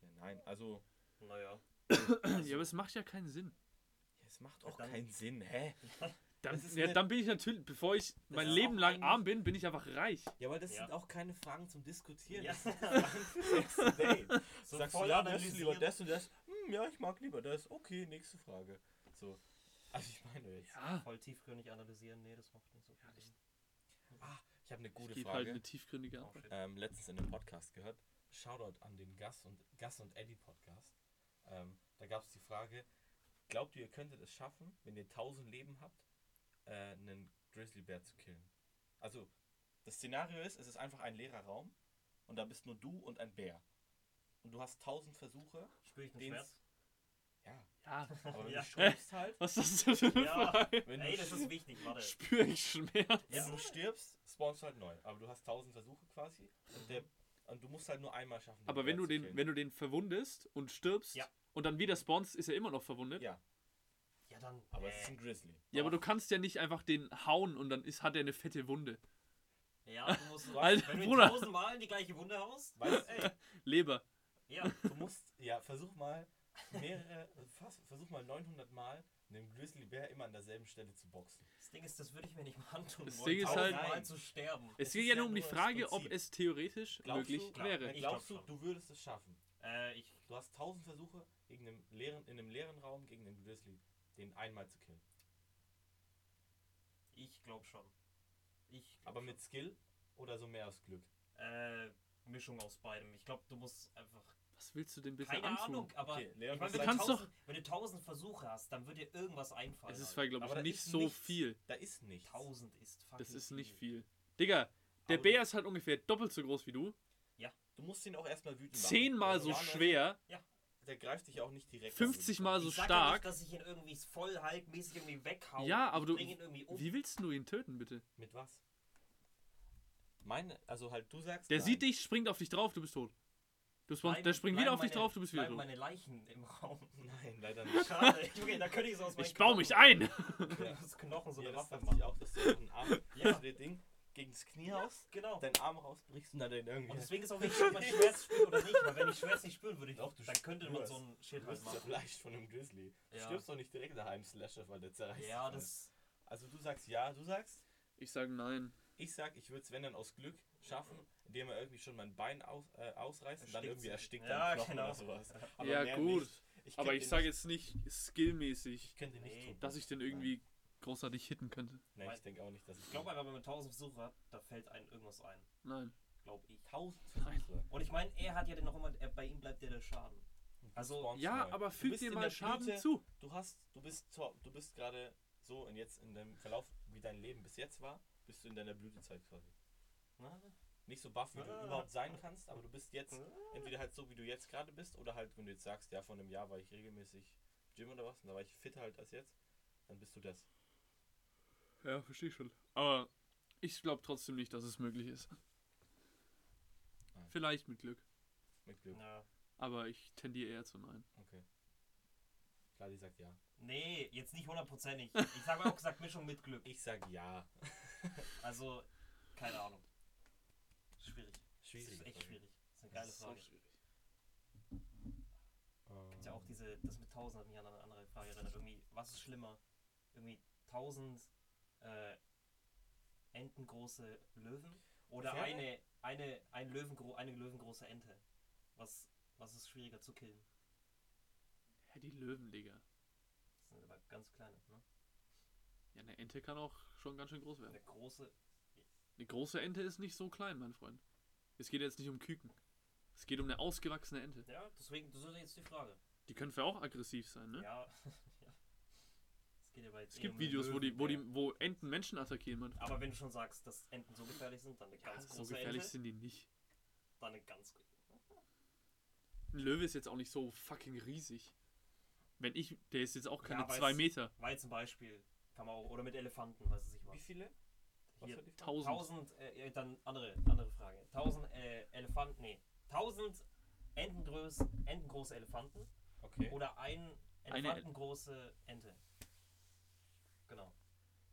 Speaker 2: Ja, nein, also,
Speaker 3: naja.
Speaker 1: Ja, aber es macht ja keinen Sinn.
Speaker 2: ja, es macht auch
Speaker 3: Dann-
Speaker 2: keinen Sinn, hä?
Speaker 1: Dann,
Speaker 2: ist
Speaker 1: ja,
Speaker 2: eine-
Speaker 1: dann bin ich natürlich, bevor ich mein
Speaker 3: ist
Speaker 1: Leben
Speaker 3: auch
Speaker 1: lang
Speaker 3: eigentlich-
Speaker 1: arm bin, bin ich einfach reich.
Speaker 2: Ja, weil das
Speaker 3: Ja.
Speaker 2: sind auch keine Fragen zum Diskutieren.
Speaker 3: Ja.
Speaker 2: Das
Speaker 3: [laughs]
Speaker 2: sind Fragen zum nächsten Date.
Speaker 3: So
Speaker 2: Sagst du,
Speaker 3: voll
Speaker 2: ja, das ist
Speaker 3: analysiert.
Speaker 2: lieber das und das. Hm, ja, ich mag lieber das. Okay, nächste Frage. So. Also ich meine jetzt.
Speaker 1: Ja,
Speaker 3: Voll tiefgründig analysieren, nee, das macht nicht so viel
Speaker 1: Ja,
Speaker 3: Sinn.
Speaker 2: Ah, ich habe eine
Speaker 1: ich
Speaker 2: gute
Speaker 1: gebe halt
Speaker 2: Frage.
Speaker 1: eine tiefgründige
Speaker 3: Oh,
Speaker 1: Arbeit.
Speaker 3: shit.
Speaker 2: ähm, letztens in einem Podcast gehört. Shoutout an den Gas und Gas und Eddie Podcast. Ähm, da gab es die Frage: Glaubt ihr, ihr könntet es schaffen, wenn ihr 1000 Leben habt, äh, einen Grizzlybär zu killen? Also das Szenario ist, es ist einfach ein leerer Raum und da bist nur du und ein Bär und du hast 1000 Versuche.
Speaker 3: Spür ich einen
Speaker 2: den's-
Speaker 3: Schmerz?
Speaker 2: Ja,
Speaker 1: Ja,
Speaker 2: aber wenn
Speaker 3: Ja.
Speaker 2: du stirbst
Speaker 3: [laughs]
Speaker 2: halt,
Speaker 1: was ist das denn für eine
Speaker 3: Ja. Äh.
Speaker 1: Frage?
Speaker 2: wenn
Speaker 3: Ey,
Speaker 2: du
Speaker 3: das ist wichtig, warte.
Speaker 1: Spüre ich Schmerz?
Speaker 2: Wenn du stirbst, spawnst du halt neu. Aber du hast 1000 Versuche quasi. Und, der, und du musst halt nur einmal schaffen. den
Speaker 1: Aber wenn
Speaker 2: Bär
Speaker 1: du
Speaker 2: zu
Speaker 1: den,
Speaker 2: killen.
Speaker 1: wenn du den verwundest und stirbst
Speaker 3: Ja.
Speaker 1: und dann wieder spawnst, ist er immer noch verwundet. Ja,
Speaker 2: Ja,
Speaker 3: Ja, dann.
Speaker 2: aber es ist
Speaker 3: äh,
Speaker 2: ein Grizzly.
Speaker 1: aber du kannst ja nicht einfach den hauen und dann ist, hat er eine fette Wunde.
Speaker 3: ja, du musst.
Speaker 1: Alter,
Speaker 3: wenn du
Speaker 1: Bruder.
Speaker 3: tausendmal in die gleiche Wunde haust,
Speaker 2: Weißt
Speaker 3: ey,
Speaker 1: Leber.
Speaker 3: ja,
Speaker 2: du musst, ja, versuch mal mehrere, fast, versuch mal 900 Mal einen Grizzlybär immer an derselben Stelle zu boxen.
Speaker 3: das Ding ist, das würde ich mir nicht mal antun.
Speaker 1: Das
Speaker 3: wollen,
Speaker 1: Ding ist halt-
Speaker 3: tausendmal zu sterben.
Speaker 1: Es
Speaker 2: Es
Speaker 1: geht
Speaker 2: ist
Speaker 1: ja
Speaker 2: ja
Speaker 1: nur um die
Speaker 2: nur das
Speaker 1: Frage, ob
Speaker 2: Prinzip.
Speaker 1: es theoretisch
Speaker 2: Glaubst
Speaker 1: möglich
Speaker 2: du?
Speaker 3: Klar.
Speaker 1: wäre.
Speaker 3: Ich
Speaker 2: Glaubst du,
Speaker 3: glaub schon.
Speaker 2: du würdest es schaffen?
Speaker 3: Äh, ich,
Speaker 2: Du hast 1000 Versuche gegen einen leeren, in einem leeren Raum gegen den Grizzly, den einmal zu killen.
Speaker 3: ich glaube schon. Ich glaub
Speaker 2: Aber
Speaker 3: schon.
Speaker 2: mit Skill oder so mehr aus Glück?
Speaker 3: Äh, Mischung aus beidem. Ich glaube, du musst einfach.
Speaker 1: Was willst du denn bitte
Speaker 3: Keine
Speaker 1: antun?
Speaker 3: Ahnung, aber.
Speaker 2: Okay, Leon,
Speaker 3: ich mein,
Speaker 2: was
Speaker 3: wenn, du
Speaker 1: sagst du? halt-
Speaker 3: tausend, wenn du tausend Versuche hast, dann wird dir irgendwas einfallen.
Speaker 1: Es ist,
Speaker 3: Alter.
Speaker 1: glaube
Speaker 2: Aber da
Speaker 1: ich, nicht
Speaker 2: ist
Speaker 1: so
Speaker 2: nichts.
Speaker 1: viel.
Speaker 2: Da ist nichts.
Speaker 3: tausend ist fucking.
Speaker 1: Das ist nicht viel. Digga, der
Speaker 3: Aber-
Speaker 1: Bär ist halt ungefähr doppelt so groß wie du.
Speaker 2: Du musst ihn auch erstmal wütend machen.
Speaker 1: Zehnmal
Speaker 2: Wenn du
Speaker 1: so
Speaker 2: Manuel-
Speaker 1: schwer.
Speaker 2: Der greift dich auch nicht direkt. an.
Speaker 1: 50 Mal so
Speaker 3: ich sag ja
Speaker 1: Also stark.
Speaker 3: nicht, dass ich ihn irgendwie voll halbmäßig irgendwie weghaue.
Speaker 1: Ja, aber
Speaker 3: ich
Speaker 1: du-
Speaker 3: Bring ihn irgendwie um.
Speaker 1: Wie willst du ihn töten, bitte?
Speaker 2: Mit was? Meine, also halt du sagst.
Speaker 1: Der
Speaker 2: nein.
Speaker 1: sieht dich, springt auf dich drauf, du bist tot. Du spawnst, der
Speaker 3: Bleiben-
Speaker 1: springt wieder
Speaker 3: bleiben
Speaker 1: auf dich
Speaker 3: meine-
Speaker 1: drauf, du bist wieder
Speaker 3: bleiben
Speaker 1: tot.
Speaker 3: meine Leichen im Raum.
Speaker 1: [laughs]
Speaker 2: Nein, leider nicht.
Speaker 3: Schade, Junge, da könnte ich so aus meinen
Speaker 1: Ich baue mich ein!
Speaker 2: [laughs]
Speaker 3: Knochen, aus Knochen
Speaker 2: So
Speaker 3: so
Speaker 2: ja,
Speaker 3: eine
Speaker 2: das
Speaker 3: Waffe
Speaker 2: dachte ich
Speaker 3: machen.
Speaker 2: auch, dass du so einen
Speaker 3: [laughs]
Speaker 2: Arm,
Speaker 3: Ja.
Speaker 2: ja. das Ding gegen das Knie haust,
Speaker 3: Genau.
Speaker 2: deinen Arm rausbrichst und dann den irgendwie. halt
Speaker 3: Und deswegen ist auch wichtig, ob man Schmerz spürt oder nicht. Weil wenn ich Schmerz nicht spüren würde, ich,
Speaker 2: Doch, du
Speaker 3: dann könnte man
Speaker 2: spürst.
Speaker 3: so einen Schild
Speaker 2: du
Speaker 3: halt
Speaker 2: wirst
Speaker 3: machen.
Speaker 2: zerfleischt von einem Grizzly. Du
Speaker 3: Ja.
Speaker 2: stirbst doch nicht direkt nach einem Slasher, weil der zerreißt.
Speaker 3: Ja,
Speaker 2: dich
Speaker 3: das.
Speaker 2: voll. Also du sagst ja, du sagst.
Speaker 1: Ich sage nein.
Speaker 2: Ich sag, ich würde es, wenn dann aus Glück schaffen, indem er irgendwie schon mein Bein aus, äh, ausreißt und dann
Speaker 3: Erstickt
Speaker 2: irgendwie
Speaker 3: sich.
Speaker 2: erstickt
Speaker 3: Ja,
Speaker 2: am Knochen
Speaker 3: genau.
Speaker 2: oder sowas. Aber
Speaker 1: ja,
Speaker 2: mehr
Speaker 1: gut.
Speaker 2: nicht. Ich
Speaker 1: Aber
Speaker 2: könnte
Speaker 1: ich
Speaker 2: den
Speaker 1: sage
Speaker 2: nicht-
Speaker 1: jetzt nicht skillmäßig,
Speaker 2: Ich könnte den nicht
Speaker 3: Nee.
Speaker 2: nee.
Speaker 1: dass ich den irgendwie großartig hitten könnte.
Speaker 2: Nee, ich denke auch nicht, dass ich.
Speaker 3: Ich glaube einfach, wenn man 1000 Versuche hat, da fällt einem irgendwas ein.
Speaker 1: Nein.
Speaker 3: Glaube ich.
Speaker 2: tausend
Speaker 1: Nein.
Speaker 2: Versuche.
Speaker 3: Und ich meine, er hat ja den noch immer, er, bei ihm bleibt ja der Schaden. Also,
Speaker 2: Spawnst
Speaker 1: Ja,
Speaker 2: neu.
Speaker 1: aber
Speaker 2: Du
Speaker 1: füg
Speaker 2: bist
Speaker 1: dir
Speaker 2: in
Speaker 1: mal
Speaker 2: der
Speaker 1: Schaden
Speaker 2: Blüte,
Speaker 1: zu.
Speaker 2: Du hast, du bist, zur- du bist gerade so und jetzt in deinem Verlauf, wie dein Leben bis jetzt war, bist du in deiner Blütezeit quasi.
Speaker 3: na,
Speaker 2: Nicht so buff, wie du
Speaker 3: Ah.
Speaker 2: überhaupt sein kannst, aber du bist jetzt entweder halt so, wie du jetzt gerade bist, oder halt, wenn du jetzt sagst, ja, vor einem Jahr war ich regelmäßig Gym oder was, und da war ich fitter halt als jetzt, dann bist du das.
Speaker 1: Ja, verstehe schon. Aber ich glaube trotzdem nicht, dass es möglich ist.
Speaker 2: Nein.
Speaker 1: Vielleicht mit Glück.
Speaker 2: Mit Glück.
Speaker 3: na.
Speaker 1: Aber ich tendiere eher zu nein.
Speaker 2: Okay. Klar, die sagt ja.
Speaker 3: Nee, jetzt nicht hundertprozentig. Ich habe auch gesagt, Mischung mit Glück.
Speaker 2: Ich sag ja.
Speaker 3: Also, keine Ahnung. Schwierig. Das
Speaker 2: Schwierig.
Speaker 3: ist echt schwierig. Das ist eine geile Frage.
Speaker 1: Oh.
Speaker 3: Gibt ja auch diese, das mit 1000 hat mich an eine andere Frage erinnert. Irgendwie, was ist schlimmer? Irgendwie 1000 äh, entengroße Löwen oder
Speaker 2: Pferde?
Speaker 3: eine, eine, ein Löwengro eine löwengroße Ente? Was, was ist schwieriger zu killen?
Speaker 1: Hä, die Löwen, Digga.
Speaker 3: Das sind aber ganz kleine, ne?
Speaker 1: Ja, eine Ente kann auch schon ganz schön groß werden.
Speaker 3: Eine große.
Speaker 1: Eine große Ente ist nicht so klein, mein Freund. Es geht jetzt nicht um Küken. Es geht um eine ausgewachsene Ente.
Speaker 3: Ja, deswegen, das ist jetzt die Frage.
Speaker 1: Die können für auch aggressiv sein, ne?
Speaker 3: Ja. [laughs] Es geht ja bei
Speaker 1: Es gibt Videos, wo, die, wo, die, wo Enten Menschen attackieren, mein Freund.
Speaker 3: Aber wenn du schon sagst, dass Enten so gefährlich sind, dann eine
Speaker 1: Ja,
Speaker 3: ganz
Speaker 1: so
Speaker 3: große
Speaker 1: gefährlich
Speaker 3: Ente.
Speaker 1: sind die nicht.
Speaker 3: Dann eine ganz.
Speaker 1: Ein Löwe ist jetzt auch nicht so fucking riesig. Wenn ich, der ist jetzt auch
Speaker 3: Ja,
Speaker 1: keine
Speaker 3: aber
Speaker 1: zwei
Speaker 3: es-
Speaker 1: Meter.
Speaker 3: Weil zum Beispiel kann man auch, oder mit Elefanten, weiß ich
Speaker 2: Wie
Speaker 3: was.
Speaker 2: viele? Was
Speaker 3: Hier,
Speaker 2: war die Frage?
Speaker 1: 1000.
Speaker 3: 1000, äh, äh, dann andere, andere Frage. 1000 äh, Elefanten, nee, 1000 Entengröß, entengroße Elefanten
Speaker 2: Okay.
Speaker 3: oder ein
Speaker 1: Eine El-
Speaker 3: elefantengroße Ente. Genau.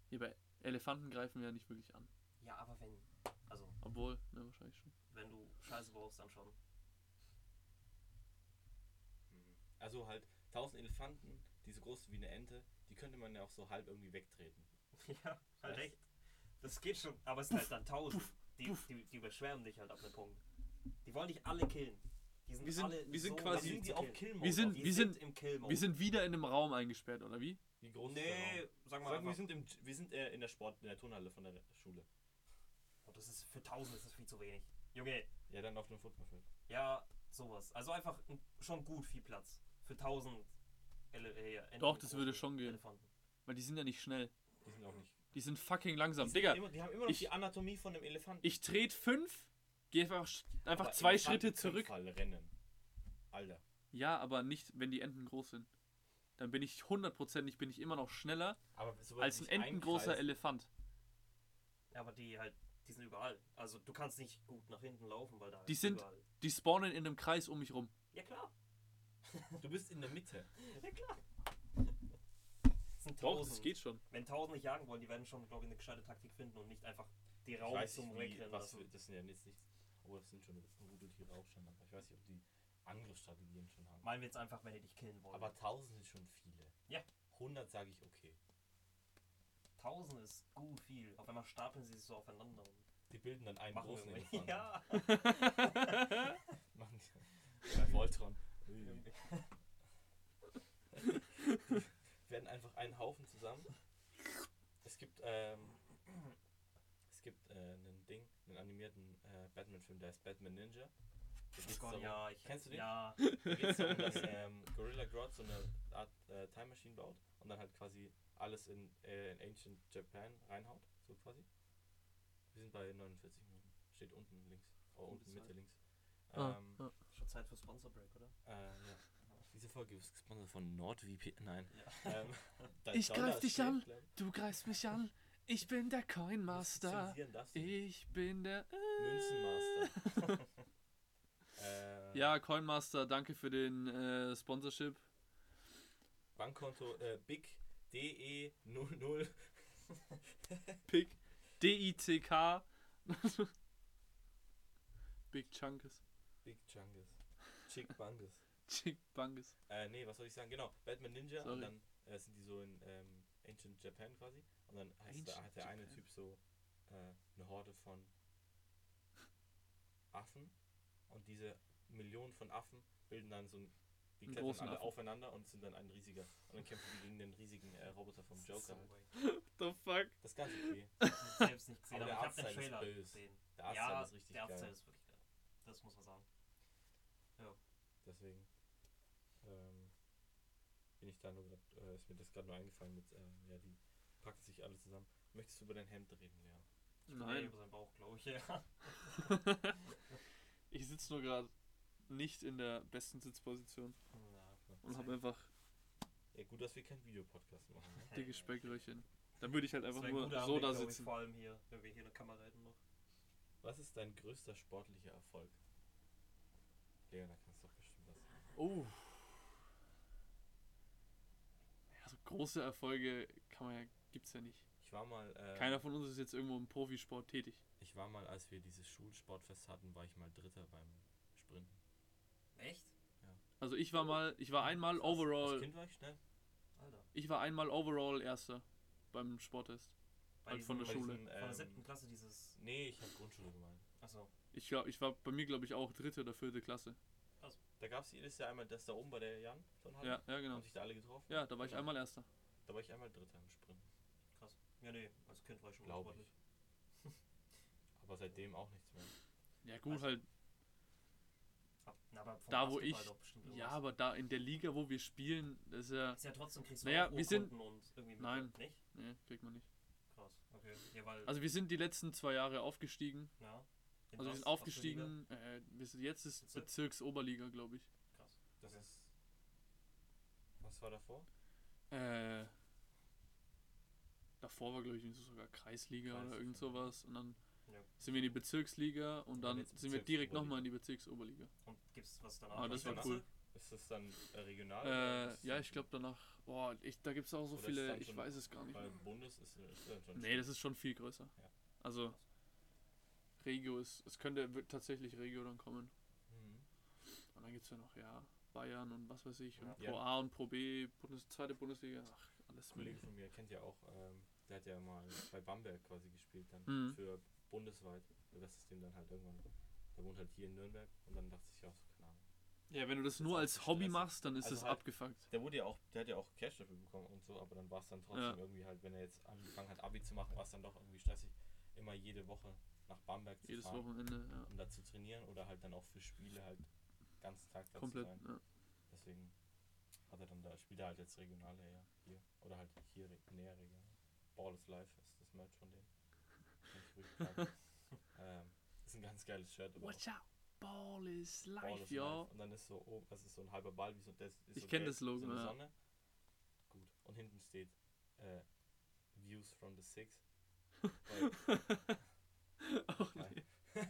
Speaker 1: Ja, aber Elefanten greifen wir ja nicht wirklich an.
Speaker 3: Ja, aber wenn, also,
Speaker 1: Obwohl, ne, wahrscheinlich schon.
Speaker 3: wenn du Scheiße brauchst, dann schon.
Speaker 2: Also halt 1000 Elefanten, die so groß sind wie eine Ente, die könnte man ja auch so halb irgendwie wegtreten.
Speaker 3: [laughs] ja, halt
Speaker 2: Was?
Speaker 3: echt. Das geht schon, aber es sind halt dann 1000. Die,
Speaker 1: puff.
Speaker 3: die, die überschwärmen dich halt ab einem Punkt. Die wollen dich alle killen. Die sind,
Speaker 1: Wir sind-
Speaker 3: alle
Speaker 1: wir sind
Speaker 3: so
Speaker 1: quasi-
Speaker 3: wild
Speaker 1: sind
Speaker 3: zu killen.
Speaker 2: Killmode.
Speaker 1: Wir sind-
Speaker 3: Die
Speaker 1: wir
Speaker 3: sind,
Speaker 1: sind-
Speaker 3: im Kill-Mode.
Speaker 1: Wir sind wieder in einem Raum eingesperrt, oder wie?
Speaker 2: Wie groß ist der
Speaker 3: Nee,
Speaker 2: Raum?
Speaker 3: sagen genau. wir
Speaker 2: Sag, wir
Speaker 3: einfach.
Speaker 2: sind, im, wir sind äh, in der Sport, in der Turnhalle von der Schule.
Speaker 3: Oh, das ist für 1000 ist das viel zu wenig. Junge,
Speaker 2: Ja, dann auf dem Footballfeld.
Speaker 3: ja, sowas. Also einfach n- schon gut viel Platz. Für 1000 Ele äh, Enten-
Speaker 1: Doch, das würde
Speaker 3: große
Speaker 1: schon gehen.
Speaker 3: Elefanten.
Speaker 1: Weil die sind ja nicht schnell.
Speaker 2: Die sind auch nicht.
Speaker 1: Die sind fucking langsam.
Speaker 2: Die,
Speaker 1: Digga,
Speaker 2: sind immer, die haben immer noch
Speaker 1: ich-
Speaker 2: die Anatomie von einem Elefanten.
Speaker 1: ich trete fünf, gehe einfach, sch- einfach
Speaker 2: Aber
Speaker 1: zwei
Speaker 2: Elefanten
Speaker 1: Schritte
Speaker 2: können
Speaker 1: zurück.
Speaker 2: Fall rennen. Alter.
Speaker 1: Ja, aber nicht, wenn die Enten groß sind. Dann bin ich hundertprozentig, bin ich immer noch schneller
Speaker 2: Aber sobald
Speaker 1: als
Speaker 2: die
Speaker 1: ein
Speaker 2: sich
Speaker 1: entengroßer
Speaker 2: einkreisen-
Speaker 1: Elefant.
Speaker 3: Ja, Aber die halt, die sind überall. Also du kannst nicht gut nach hinten laufen, weil da
Speaker 1: Die
Speaker 3: ist
Speaker 1: sind-
Speaker 3: überall.
Speaker 1: Die spawnen in einem Kreis um mich rum.
Speaker 3: Ja klar,
Speaker 2: Du bist in der Mitte.
Speaker 3: ja klar. Das sind
Speaker 1: Doch,
Speaker 3: 1000.
Speaker 1: das geht schon.
Speaker 3: Wenn 1000 nicht jagen wollen, die werden schon, glaube ich, eine gescheite Taktik finden und nicht einfach die Raum zum
Speaker 2: nicht, wie,
Speaker 3: Wegrennen
Speaker 2: was für,
Speaker 3: lassen.
Speaker 2: das sind ja jetzt nicht. Oh, das sind schon gute Tiere auch schon. Aber ich weiß nicht, ob die Angriffsstrategien schon haben.
Speaker 3: Meinen wir jetzt einfach, wenn die dich killen wollen.
Speaker 2: Aber 1000 sind schon viele.
Speaker 3: Ja.
Speaker 2: 100 sage ich okay.
Speaker 3: 1000 ist gut viel. Auf einmal stapeln sie sich so aufeinander und
Speaker 2: Die bilden dann einen
Speaker 3: machen
Speaker 2: großen
Speaker 1: [laughs]
Speaker 3: irgendwie.
Speaker 2: Elefanten.
Speaker 3: [laughs] Ja. Oh
Speaker 2: Machen die. Bei [laughs] Voltron. Ui.
Speaker 3: Irgendwie.
Speaker 2: Werden einfach einen Haufen zusammen. Es gibt, ähm, es gibt äh, ein Ding, einen animierten äh, Batman-Film, der heißt Batman Ninja. Da geht's
Speaker 3: Oh Gott,
Speaker 2: darum-
Speaker 3: ja, ich,
Speaker 2: Kennst du den?
Speaker 3: Ja,
Speaker 2: Da geht's darum, dass ähm, Gorilla Grodd so eine Art äh, Time Machine baut und dann halt quasi alles in, äh, in Ancient Japan reinhaut, so quasi. Wir sind bei 49 Minuten. Steht unten links. Oh,
Speaker 1: Gute
Speaker 2: unten
Speaker 1: Zeit.
Speaker 2: Mitte links.
Speaker 1: Ah,
Speaker 2: Ähm,
Speaker 1: ah.
Speaker 3: schon Zeit für Sponsor Break, oder?
Speaker 2: äh, ja. Diese Folge ist gesponsert von NordVPN. Nein.
Speaker 3: Ja.
Speaker 1: [laughs]
Speaker 2: Ähm, dein
Speaker 1: Ich greif
Speaker 2: Dollar
Speaker 1: dich
Speaker 2: steht,
Speaker 1: an.
Speaker 2: glaub ich.
Speaker 1: Du greifst mich an, Ich bin der Coin
Speaker 2: Das
Speaker 1: Master.
Speaker 2: zensieren darfst du nicht.
Speaker 1: Ich bin der. [laughs]
Speaker 2: Münzenmaster. äh,
Speaker 1: Ja, Coin Master, danke für den äh, Sponsorship.
Speaker 2: Bankkonto äh, Big E DE 00
Speaker 1: Pick. D-I-C-K. [laughs] Big Chunkes.
Speaker 2: Big Chungus. Chick Bungus.
Speaker 1: Chick Bungus.
Speaker 2: Äh, nee, was soll ich sagen? Genau, Batman Ninja
Speaker 1: Sorry.
Speaker 2: und dann äh, sind die so in ähm, Ancient Japan quasi. Und dann heißt da,
Speaker 1: Ancient
Speaker 2: hat der eine
Speaker 1: Japan.
Speaker 2: Typ so äh, eine Horde von Affen und diese Millionen von Affen bilden dann so ein. Die
Speaker 1: Einen
Speaker 2: klettern
Speaker 1: großen
Speaker 2: alle
Speaker 1: Affen.
Speaker 2: aufeinander und sind dann ein riesiger. Und dann kämpfen die gegen den riesigen äh, Roboter vom Joker.
Speaker 1: The fuck?
Speaker 2: Das ist ganz okay.
Speaker 3: Ich hab selbst nicht gesehen,
Speaker 2: Aber
Speaker 3: aber,
Speaker 2: der
Speaker 3: ich habe
Speaker 2: Artstyle
Speaker 3: den
Speaker 2: ist
Speaker 3: Trailer
Speaker 2: böse.
Speaker 3: gesehen.
Speaker 2: Der Arzt
Speaker 3: ja,
Speaker 2: ist richtig
Speaker 3: der
Speaker 2: geil.
Speaker 3: Artstyle ist wirklich geil. Das muss man sagen.
Speaker 2: Deswegen ähm, bin ich da nur grad, äh, ist mir das gerade nur eingefallen mit, ähm, ja, die packen sich alle zusammen. Möchtest du über dein Hemd reden, ja?
Speaker 3: Nee,
Speaker 1: Nein.
Speaker 3: über seinen Bauch, glaube ich. [laughs] Ja.
Speaker 1: [laughs] ich sitze nur gerade nicht in der besten Sitzposition
Speaker 3: Na,
Speaker 1: und habe einfach
Speaker 2: Ja, gut, dass wir keinen Videopodcast machen.
Speaker 1: [laughs]
Speaker 2: Ne?
Speaker 1: dicke Speckröhrchen. Dann würde ich halt
Speaker 3: Das
Speaker 1: einfach
Speaker 3: wär ein
Speaker 1: nur
Speaker 3: guter
Speaker 1: so
Speaker 3: Anblick,
Speaker 1: da
Speaker 3: glaub ich,
Speaker 1: sitzen.
Speaker 3: Vor allem hier, wenn wir hier eine Kamera hätten noch.
Speaker 2: Was ist dein größter sportlicher Erfolg? Leon, da kannst du doch bestimmt was.
Speaker 1: Oh. Ja, so große Erfolge kann man ja, gibt's ja nicht.
Speaker 2: Ich war mal, äh,
Speaker 1: Keiner von uns ist jetzt irgendwo im Profisport tätig.
Speaker 2: ich war mal, als wir dieses Schulsportfest hatten, war ich mal Dritter beim Sprinten.
Speaker 3: Echt?
Speaker 1: Also ich war mal, ich war einmal
Speaker 2: Als
Speaker 1: overall,
Speaker 2: Kind war ich ne? schnell.
Speaker 3: Alter.
Speaker 1: ich war einmal overall erster beim Sporttest.
Speaker 3: Bei
Speaker 1: Halt von
Speaker 3: diesem-
Speaker 1: der Schule.
Speaker 2: Diesem,
Speaker 3: Von der siebten
Speaker 2: ähm,
Speaker 3: Klasse dieses. also,
Speaker 2: nee, ich habe Grundschule gemeint.
Speaker 3: Achso.
Speaker 1: Ich glaube, ich war bei mir glaube ich auch dritte oder vierte Klasse.
Speaker 2: Da gab es jedes Jahr einmal das da oben bei der Jan von
Speaker 3: Ah,
Speaker 2: Halle.
Speaker 1: Ja, ja genau.
Speaker 3: also
Speaker 2: Haben sich da alle getroffen?
Speaker 1: Ja, da war ich
Speaker 2: Genau.
Speaker 1: einmal erster.
Speaker 2: Da war ich einmal Dritter im Sprint.
Speaker 3: Ja, nee, als Kind war ich schon
Speaker 2: Glaube
Speaker 3: sportlich.
Speaker 2: ich. [laughs] Aber seitdem auch nichts mehr.
Speaker 1: Ja gut,
Speaker 3: Also-
Speaker 1: halt,
Speaker 3: Ab- Na, aber vom
Speaker 1: Da, wo
Speaker 3: Basketball
Speaker 1: ich-
Speaker 3: doch bestimmt
Speaker 1: ja,
Speaker 3: irgendwas.
Speaker 1: aber da in der Liga, wo wir spielen, das ist ja,
Speaker 3: Ist ja trotzdem kriegst du
Speaker 1: Naja,
Speaker 3: auch
Speaker 1: wir sind-
Speaker 3: Urkunden und irgendwie mit
Speaker 1: Nein.
Speaker 3: Nicht?
Speaker 1: nee, ne, kriegt man nicht.
Speaker 3: Krass. Okay. Ja, weil.
Speaker 1: Also wir sind die letzten zwei Jahre aufgestiegen.
Speaker 3: ja,
Speaker 1: Also wir sind
Speaker 3: in was- was für Liga?
Speaker 1: aufgestiegen, äh, wir sind jetzt ist
Speaker 3: Bezirk?
Speaker 1: Bezirksoberliga, glaube ich.
Speaker 3: Krass.
Speaker 2: Das ist. Was war davor?
Speaker 1: Äh, davor war, glaube ich, sogar Kreisliga oder
Speaker 2: Kreisliga.
Speaker 1: irgend sowas. Und dann
Speaker 3: Ja.
Speaker 1: sind wir in die Bezirksliga und
Speaker 2: Und
Speaker 1: dann
Speaker 2: jetzt
Speaker 1: sind wir direkt
Speaker 2: Bezirksoberliga.
Speaker 1: nochmal in die Bezirksoberliga.
Speaker 3: Und gibt's was danach?
Speaker 1: Ah,
Speaker 2: das
Speaker 1: das
Speaker 3: Was
Speaker 2: war
Speaker 1: war
Speaker 3: danach?
Speaker 1: cool.
Speaker 2: Ist das dann äh, regional? oder
Speaker 1: Äh,
Speaker 2: ist
Speaker 1: ja,
Speaker 2: das
Speaker 1: ich glaube danach, boah, ich, da gibt es auch so
Speaker 2: Oder ist
Speaker 1: viele,
Speaker 2: dann
Speaker 1: ich
Speaker 2: schon
Speaker 1: weiß es gar nicht
Speaker 2: Bei
Speaker 1: mehr.
Speaker 2: Bundes ist, äh, ist dann schon. Hm,
Speaker 1: Nee, das ist schon viel größer.
Speaker 2: Ja.
Speaker 1: Also, Regio ist, es könnte wird tatsächlich Regio dann kommen.
Speaker 2: Mhm.
Speaker 1: Und dann gibt es ja noch, ja, Bayern und was weiß ich, und
Speaker 2: Ja.
Speaker 1: Pro A und Pro B, Bundes, zweite Bundesliga, ach, alles
Speaker 2: Ein Kollege
Speaker 1: mögliche.
Speaker 2: von mir kennt ja auch, ähm, der hat ja mal bei Bamberg quasi gespielt dann
Speaker 1: Mhm.
Speaker 2: für bundesweit. Das ist dem dann halt irgendwann. Der wohnt halt hier in Nürnberg und dann dachte ich auch so, keine Ahnung.
Speaker 1: Ja, wenn du das
Speaker 2: Jetzt
Speaker 1: nur
Speaker 2: auch
Speaker 1: als
Speaker 2: nicht
Speaker 1: Hobby
Speaker 2: stressen.
Speaker 1: machst, dann ist
Speaker 2: Also
Speaker 1: das
Speaker 2: halt-
Speaker 1: abgefuckt.
Speaker 2: Der wurde ja auch, der hat ja auch Cash dafür bekommen und so, aber dann war es dann trotzdem
Speaker 1: Ja.
Speaker 2: irgendwie halt, wenn er jetzt angefangen hat, Abi zu machen, war es dann doch irgendwie stressig, immer jede Woche nach Bamberg zu
Speaker 1: Jedes
Speaker 2: fahren.
Speaker 1: Wochenende, ja.
Speaker 2: um da zu trainieren oder halt dann auch für Spiele halt den ganzen Tag da
Speaker 1: Komplett,
Speaker 2: zu sein.
Speaker 1: ja.
Speaker 2: Deswegen hat er dann da, spielt er halt jetzt regionale ja, hier. Oder halt hier re- näher regional. Ball is Life ist das Merch von denen. Kann ich ruhig
Speaker 1: [laughs]
Speaker 2: sagen. ähm, ist ein ganz geiles Shirt. aber
Speaker 1: Watch out, Ball is
Speaker 2: auch Ball is
Speaker 1: life, yo.
Speaker 2: Und dann ist so oben, das ist so ein halber Ball, wie so, das ist
Speaker 1: Ich
Speaker 2: so
Speaker 1: kenn
Speaker 2: gelb,
Speaker 1: das Logo,
Speaker 2: so eine
Speaker 1: ja.
Speaker 2: Sonne. Gut. Und hinten steht äh, Views from the
Speaker 1: [laughs]
Speaker 2: Six. Weil-
Speaker 1: Auch
Speaker 2: Geil.
Speaker 1: nee.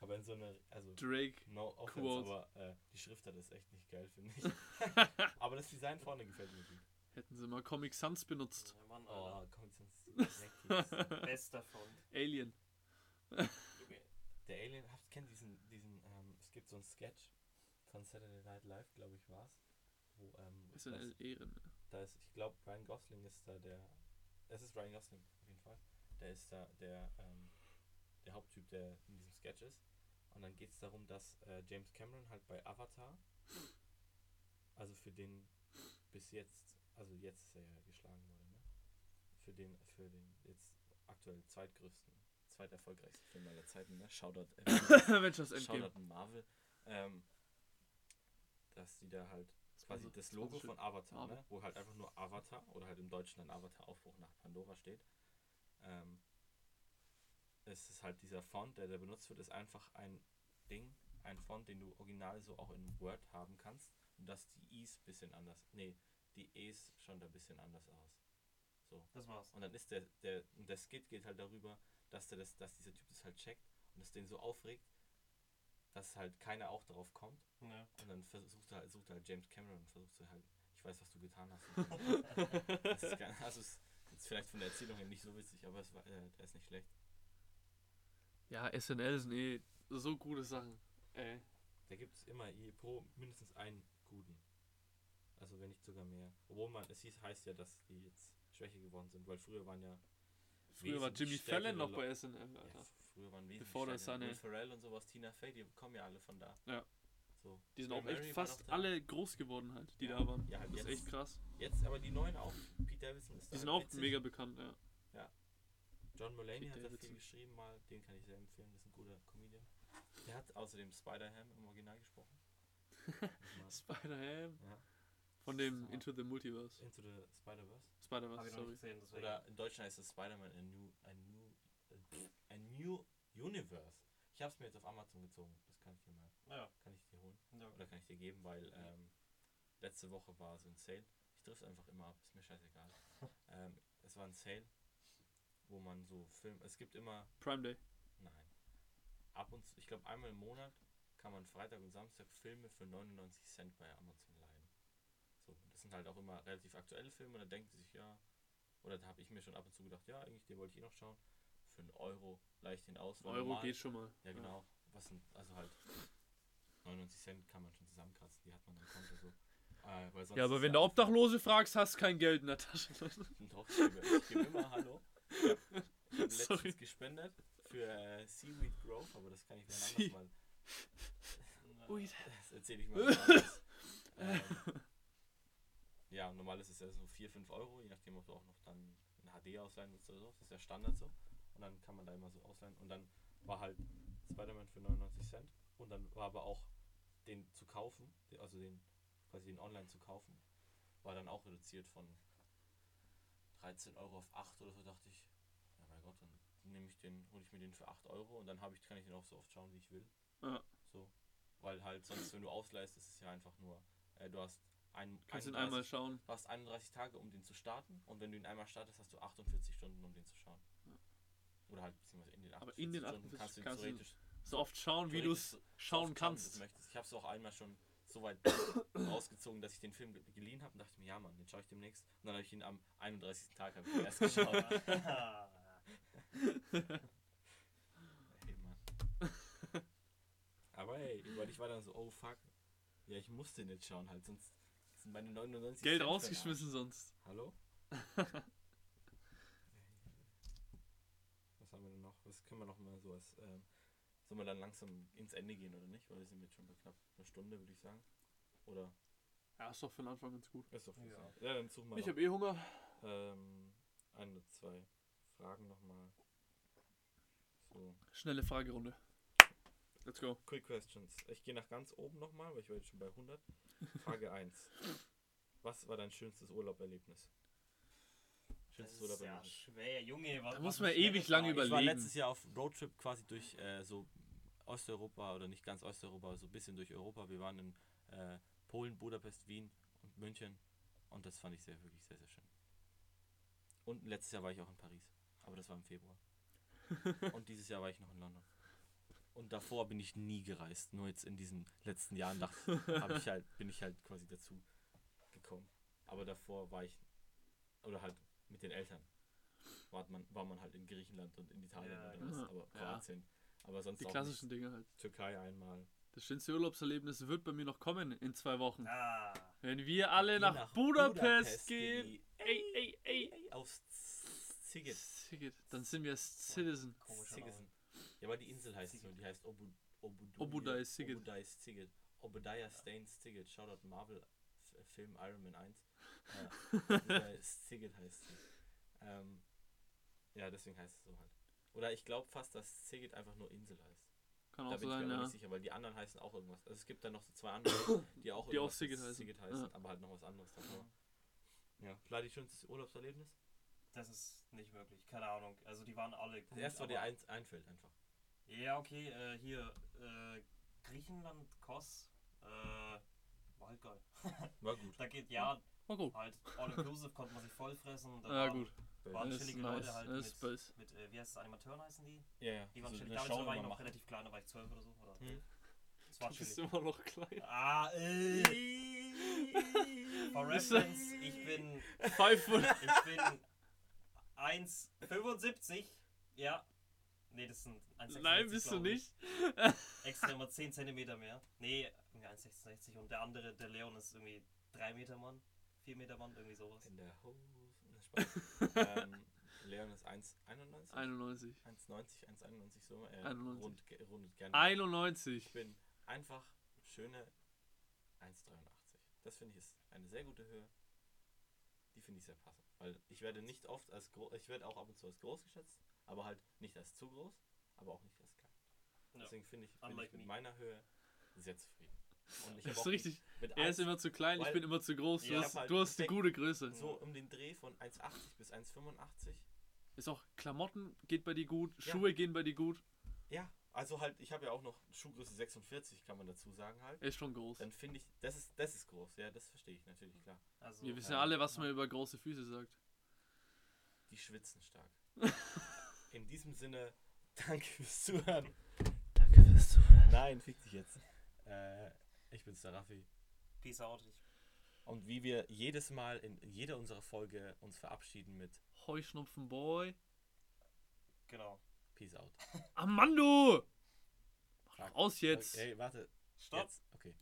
Speaker 2: aber in so einer, also
Speaker 1: Drake.
Speaker 2: No offense,
Speaker 1: Quote.
Speaker 2: aber äh, die Schriftart ist echt nicht geil, finde
Speaker 1: [laughs]
Speaker 2: ich. aber das Design vorne gefällt mir gut.
Speaker 1: Hätten sie mal Comic Sans benutzt.
Speaker 3: Ja, Mann, Alter.
Speaker 2: Oh, komm, sonst weg
Speaker 1: [laughs]
Speaker 2: jetzt.
Speaker 3: Bester Front.
Speaker 1: Alien.
Speaker 3: Junge.
Speaker 2: Der Alien, habt kennt diesen, diesen, ähm, es gibt so einen Sketch von Saturday Night Live, glaube ich, war's. Wo, ähm,
Speaker 1: Ist ein
Speaker 2: das-
Speaker 1: L- Ehren. [laughs]
Speaker 2: da ist, ich glaube, Ryan Gosling ist da der, es ist Ryan Gosling auf jeden Fall. Der ist da der, ähm, der Haupttyp, der in diesem Sketch ist. Und dann geht es darum, dass äh, James Cameron halt bei Avatar, also für den bis jetzt, also jetzt ist er ja geschlagen worden, ne? Für den, für den jetzt aktuell zweitgrößten, zweiterfolgreichsten Film aller Zeiten, ne? Shoutout Avengers.
Speaker 1: Avengers Endgame.
Speaker 2: Shoutout Marvel, ähm, dass die da halt quasi
Speaker 1: Sponsor-
Speaker 2: das Logo
Speaker 1: Sponsorship.
Speaker 2: von Avatar,
Speaker 1: Marvel.
Speaker 2: ne? wo halt einfach nur Avatar oder halt im Deutschen dann Avatar Aufbruch nach Pandora steht. Ähm, es ist halt dieser Font, der da benutzt wird, ist einfach ein Ding, ein Font, den du original so auch in Word haben kannst. Und dass die I's bisschen anders, nee, die E's schon da ein bisschen anders aus. So.
Speaker 3: Das war's.
Speaker 2: Und dann ist der, der, und der Skit geht halt darüber, dass der das, dass dieser Typ das halt checkt und es den so aufregt, dass halt keiner auch drauf kommt.
Speaker 3: Ja.
Speaker 2: Und dann versucht er, halt- sucht er halt James Cameron und versucht er halt, ich weiß, was du getan [laughs]
Speaker 1: [laughs]
Speaker 2: hast. das ist, gar- also es ist vielleicht von der Erzählung her nicht so witzig, aber es war, äh, der ist nicht schlecht.
Speaker 1: Ja, SNL sind eh so gute Sachen. Ey.
Speaker 2: Da gibt es immer je pro mindestens einen guten. Also wenn nicht sogar mehr. Obwohl man, es hieß, heißt ja, dass die jetzt schwächer geworden sind, weil früher waren ja.
Speaker 1: Früher war
Speaker 2: wesentlich
Speaker 1: Jimmy
Speaker 2: stärkere
Speaker 1: Fallon noch
Speaker 2: Leu-
Speaker 1: bei SNL,
Speaker 2: Ja,
Speaker 1: Alter.
Speaker 2: f- früher waren wesentlich
Speaker 1: Bevor das
Speaker 2: stärkere-
Speaker 1: seine-
Speaker 2: Will Ferrell und sowas, Tina Fey, die kommen ja alle von da.
Speaker 1: Ja.
Speaker 2: So.
Speaker 1: Die sind auch
Speaker 2: Bill
Speaker 1: echt
Speaker 2: Murray war noch
Speaker 1: fast
Speaker 2: da.
Speaker 1: alle groß geworden halt, die
Speaker 2: Ja.
Speaker 1: da waren.
Speaker 2: Ja, halt
Speaker 1: Das ist
Speaker 2: jetzt.
Speaker 1: echt krass.
Speaker 2: Jetzt aber die neuen auch. Pete Davidson ist
Speaker 1: Die
Speaker 2: da halt
Speaker 1: sind auch
Speaker 2: witzig.
Speaker 1: mega bekannt, ja.
Speaker 2: John Mulaney
Speaker 1: Pete
Speaker 2: hat da viel
Speaker 1: Davidson.
Speaker 2: geschrieben mal, den kann ich sehr empfehlen, das ist ein guter Comedian. Der hat außerdem Spider-Ham im Original gesprochen. Nochmal.
Speaker 1: Spider-Ham.
Speaker 2: Ja.
Speaker 1: Von dem
Speaker 2: Sag mal.
Speaker 1: Into the Multiverse.
Speaker 2: Into the Spider-Verse.
Speaker 3: Hab
Speaker 1: Spider-Verse,
Speaker 3: ich noch nicht
Speaker 1: sorry.
Speaker 3: gesehen, deswegen.
Speaker 2: Oder in Deutschland heißt es Spider-Man a new, a, new, äh, pff, a new Universe. Ich habe es mir jetzt auf Amazon gezogen. Das kann ich dir mal, [laughs]
Speaker 3: Ja,
Speaker 2: kann ich dir holen.
Speaker 3: ja.
Speaker 2: Oder kann ich dir geben, weil ähm, letzte Woche war so ein Sale. Ich triff's einfach immer ab, ist mir scheißegal. ähm, es war ein Sale, wo man so Film. Es gibt immer
Speaker 1: Prime Day.
Speaker 2: Nein. Ab und zu, ich glaube einmal im Monat kann man Freitag und Samstag Filme für 99 Cent bei Amazon leihen. So, das sind halt auch immer relativ aktuelle Filme, da denkt sie sich, ja, oder da habe ich mir schon ab und zu gedacht, ja, eigentlich, den wollte ich eh noch schauen. Für einen Euro leih ich den aus. weil
Speaker 1: Euro
Speaker 2: normal-
Speaker 1: geht schon mal.
Speaker 2: Ja, genau. Was sind, also halt 99 Cent kann man schon zusammenkratzen, die hat man im Konto so. Äh, weil sonst
Speaker 1: Ja, aber
Speaker 2: ist
Speaker 1: wenn du
Speaker 2: Aufwand-
Speaker 1: Obdachlose fragst, hast du kein Geld in der
Speaker 2: [laughs]
Speaker 1: Tasche.
Speaker 2: doch, ich gebe, ich gebe immer Hallo. Ich habe hab
Speaker 1: [laughs]
Speaker 2: letztens
Speaker 1: Sorry.
Speaker 2: gespendet für äh, Seaweed Grove, aber das kann ich mir
Speaker 1: Sie-
Speaker 2: anders mal.
Speaker 1: Ui.
Speaker 2: Das erzähle ich mal. wann anders. ähm, ja, normal ist es ja so 4, 5 Euro, je nachdem, ob du auch noch dann ein HD ausleihen willst oder so. Das ist ja Standard so. Und dann kann man da immer so ausleihen. Und dann war halt Spider-Man für 99 Cent. Und dann war aber auch den zu kaufen, den- also den quasi den online zu kaufen, war dann auch reduziert von 13 Euro auf 8 oder so, dachte ich, ja mein Gott, dann nehme ich den, hole ich mir den für 8 Euro und dann habe ich, kann ich den auch so oft schauen, wie ich will.
Speaker 1: Ja.
Speaker 2: So. Weil halt sonst, wenn du ausleihst, ist es ja einfach nur, äh, du hast ein,
Speaker 1: Kannst ihn
Speaker 2: 31
Speaker 1: einmal schauen.
Speaker 2: Du hast 31 Tage, um den zu starten und wenn du ihn einmal startest, hast du 48 Stunden, um den zu schauen.
Speaker 1: Ja.
Speaker 2: Oder halt beziehungsweise in den 48,
Speaker 1: Aber in den
Speaker 2: Stunden
Speaker 1: 48
Speaker 2: kannst du ihn
Speaker 1: kannst du ihn
Speaker 2: theoretisch
Speaker 1: So oft schauen, wie du es
Speaker 2: theoretisch so- so
Speaker 1: schauen
Speaker 2: oft schauen, wie
Speaker 1: kannst.
Speaker 2: du's möchtest. Ich habe es auch einmal schon
Speaker 1: [coughs]
Speaker 2: so weit rausgezogen, dass ich den Film ge- geliehen habe und dachte mir, ja Mann, den schaue ich demnächst. Und dann habe ich ihn am 31. Tag hab
Speaker 1: [laughs]
Speaker 2: ich ihn erst geschaut. Hey, Mann. Aber hey, weil ich war dann so, oh fuck. Ja, ich muss den jetzt schauen halt, sonst sind meine 99
Speaker 1: Geld
Speaker 2: Cent für den
Speaker 1: rausgeschmissen sonst.
Speaker 2: Arsch.
Speaker 3: [laughs]
Speaker 2: Hallo? Was haben wir denn noch? Was können wir noch mal so als, ähm, sollen wir dann langsam ins Ende gehen oder nicht? Weil wir sind jetzt schon bei knapp einer Stunde, würde ich sagen. Oder?
Speaker 1: Ja, ist doch für den Anfang ganz gut.
Speaker 2: Ist doch
Speaker 3: Ja.
Speaker 2: ja. ja, dann suchen wir
Speaker 1: Ich
Speaker 2: noch.
Speaker 1: habe eh Hunger.
Speaker 2: Ähm, ein oder zwei Fragen nochmal. So,
Speaker 1: Schnelle Fragerunde. Let's go.
Speaker 2: Quick Questions. Ich gehe nach ganz oben nochmal, weil ich war jetzt schon bei 100.
Speaker 3: [laughs]
Speaker 2: Frage 1. Was war dein schönstes Urlauberlebnis?
Speaker 3: [laughs] Das
Speaker 2: Schönstes
Speaker 3: ist ja
Speaker 2: Urlauberlebnis.
Speaker 3: schwer, Junge. Was,
Speaker 1: Da
Speaker 3: was
Speaker 1: muss
Speaker 3: eine
Speaker 1: man
Speaker 3: schwere
Speaker 1: ewig lange
Speaker 3: Frage.
Speaker 1: überlegen.
Speaker 2: Ich war letztes Jahr auf Roadtrip quasi durch äh, so Osteuropa oder nicht ganz Osteuropa, aber so ein bisschen durch Europa. Wir waren in äh, Polen, Budapest, Wien und München und das fand ich sehr, wirklich sehr, sehr schön. Und letztes Jahr war ich auch in Paris, aber das war im Februar. und dieses Jahr war ich noch in London. Und davor bin ich nie gereist. Nur jetzt in diesen letzten Jahren dachte, hab ich halt, bin ich halt quasi dazu gekommen. Aber davor war ich, oder halt mit den Eltern, war man, war man halt in Griechenland und in Italien und
Speaker 3: Ja,
Speaker 2: alles,
Speaker 1: ja.
Speaker 2: aber
Speaker 1: Ja.
Speaker 2: Kroatien. Aber sonst
Speaker 1: Die
Speaker 2: auch
Speaker 1: klassischen Dinge halt.
Speaker 2: nicht. Türkei einmal.
Speaker 1: Das schönste Urlaubserlebnis wird bei mir noch kommen in zwei Wochen.
Speaker 3: Ah,
Speaker 1: Wenn wir alle
Speaker 2: Wir
Speaker 1: nach, Budapest, gehen.
Speaker 2: gehen.
Speaker 1: Ey, ey, ey.
Speaker 2: Ey, Aufs Ziget.
Speaker 1: Sicket. Dann sind wir Citizen.
Speaker 3: komischer Name.
Speaker 2: Zigesen. Ja, aber die Insel heißt so,
Speaker 3: Ziget.
Speaker 2: die heißt Obu, Obudu-
Speaker 1: Obudai Ziget.
Speaker 2: Obudai Ziget. Obadiah Staines Ziget. Shoutout Marvel F- äh, Film Iron Man 1. Äh,
Speaker 1: [laughs]
Speaker 2: Obudai Ziget heißt sie. Ähm, ja, deswegen heißt es so halt. Oder ich glaube fast, dass Ziget einfach nur Insel heißt.
Speaker 1: Kann
Speaker 2: Da
Speaker 1: auch
Speaker 2: bin ich
Speaker 1: sein,
Speaker 2: mir
Speaker 1: ja.
Speaker 2: aber nicht sicher, weil die anderen heißen auch irgendwas. Also es gibt dann noch so zwei
Speaker 1: [coughs]
Speaker 2: andere, die auch
Speaker 1: Die auch
Speaker 2: irgendwas
Speaker 1: Siget heißen.
Speaker 2: Siget heißen,
Speaker 1: Ja.
Speaker 2: aber halt noch was anderes davor. Ja, klar, die schönste Urlaubserlebnis.
Speaker 3: Das ist nicht möglich, keine Ahnung. Also die waren alle
Speaker 2: Das
Speaker 3: gut,
Speaker 2: erste, was dir
Speaker 3: aber-
Speaker 2: eins einfällt einfach.
Speaker 3: Ja, okay, äh, hier, äh, Griechenland, Kos, äh, war halt geil.
Speaker 2: War gut.
Speaker 3: Da geht, ja,
Speaker 1: War
Speaker 2: Ah,
Speaker 1: gut.
Speaker 3: Halt, all-inclusive konnte man sich vollfressen. Da
Speaker 1: Ja,
Speaker 3: waren-
Speaker 1: Hm. Ah, gut.
Speaker 3: Waren
Speaker 1: Das ist
Speaker 3: chillige
Speaker 1: nice.
Speaker 3: Leute halt
Speaker 1: Das ist
Speaker 3: mit,
Speaker 1: böse.
Speaker 3: mit äh, wie heißt es, Animateuren heißen die?
Speaker 2: Ja, ja.
Speaker 3: Die waren
Speaker 2: so
Speaker 3: chillig.
Speaker 2: eine
Speaker 3: Damals war ich
Speaker 2: Schaulung
Speaker 3: noch
Speaker 2: machen.
Speaker 3: relativ klein, da war ich zwölf oder so. Oder
Speaker 2: Hm.
Speaker 3: Das war
Speaker 1: Du bist
Speaker 3: chillig.
Speaker 1: immer noch
Speaker 2: [laughs]
Speaker 1: klein.
Speaker 3: Ah, äh. For
Speaker 1: Ist das-
Speaker 3: reference, ich bin,
Speaker 1: Five foot.
Speaker 3: ich bin 1,75. Ja. Nee, das sind 1,66.
Speaker 1: Nein, bist du
Speaker 3: glaub ich.
Speaker 1: nicht.
Speaker 3: Extra immer 10 cm mehr. Nee, irgendwie 1,66. Und der andere, der Leon, ist irgendwie 3 Meter Mann, 4 Meter Mann, irgendwie sowas.
Speaker 2: In der Hose. Na, [laughs] Spaß. ähm, Leon ist 1,91.
Speaker 1: 91.
Speaker 2: 1,90, 1,91 so. Er
Speaker 1: 91.
Speaker 2: rund, ge- rundet gerne. ab.
Speaker 1: 91.
Speaker 2: Ich bin einfach schöne 1,83. Das finde ich ist eine sehr gute Höhe. Die finde ich sehr passend. Weil ich werde nicht oft als groß, ich werde auch ab und zu als groß geschätzt, aber halt nicht als zu groß, aber auch nicht als klein.
Speaker 3: Ja.
Speaker 2: Deswegen finde ich, bin ich
Speaker 3: Unlike
Speaker 2: mit
Speaker 3: me.
Speaker 2: meiner Höhe sehr zufrieden.
Speaker 1: [laughs]
Speaker 2: Und ich
Speaker 1: Das
Speaker 2: habe
Speaker 1: ist
Speaker 2: auch
Speaker 1: richtig.
Speaker 2: Mit
Speaker 1: Er ist
Speaker 2: 1,80
Speaker 1: immer zu klein, ich
Speaker 2: weil-
Speaker 1: bin immer zu groß. Du
Speaker 2: Ja,
Speaker 1: hast,
Speaker 2: halt,
Speaker 1: du hast eine
Speaker 2: denk-
Speaker 1: gute Größe.
Speaker 2: so um den Dreh von 1,80 bis 1,85.
Speaker 1: Ist auch Klamotten geht bei dir gut,
Speaker 2: Ja.
Speaker 1: Schuhe gehen bei dir gut.
Speaker 2: Ja, also halt, ich habe ja auch noch Schuhgröße 46, kann man dazu sagen halt.
Speaker 1: Er ist schon groß.
Speaker 2: Dann finde ich, das ist, das ist groß, ja, das verstehe ich natürlich, klar.
Speaker 3: Also,
Speaker 1: Wir wissen
Speaker 2: ja.
Speaker 1: ja alle, was man über große Füße sagt.
Speaker 2: Die schwitzen
Speaker 6: [laughs]
Speaker 2: stark. In diesem Sinne, danke fürs Zuhören.
Speaker 6: Danke fürs Zuhören.
Speaker 2: Nein, fick dich jetzt. Äh, ich bin's der Raffi.
Speaker 3: Peace out. Ich
Speaker 2: Und wie wir jedes Mal in jeder unserer Folge uns verabschieden mit
Speaker 1: Heuschnupfen Boy.
Speaker 3: Genau.
Speaker 2: Peace out.
Speaker 1: Amando! Mach
Speaker 2: Fuck.
Speaker 1: doch aus jetzt!
Speaker 2: Ey, warte.
Speaker 3: Stopp.
Speaker 2: Jetzt. Okay.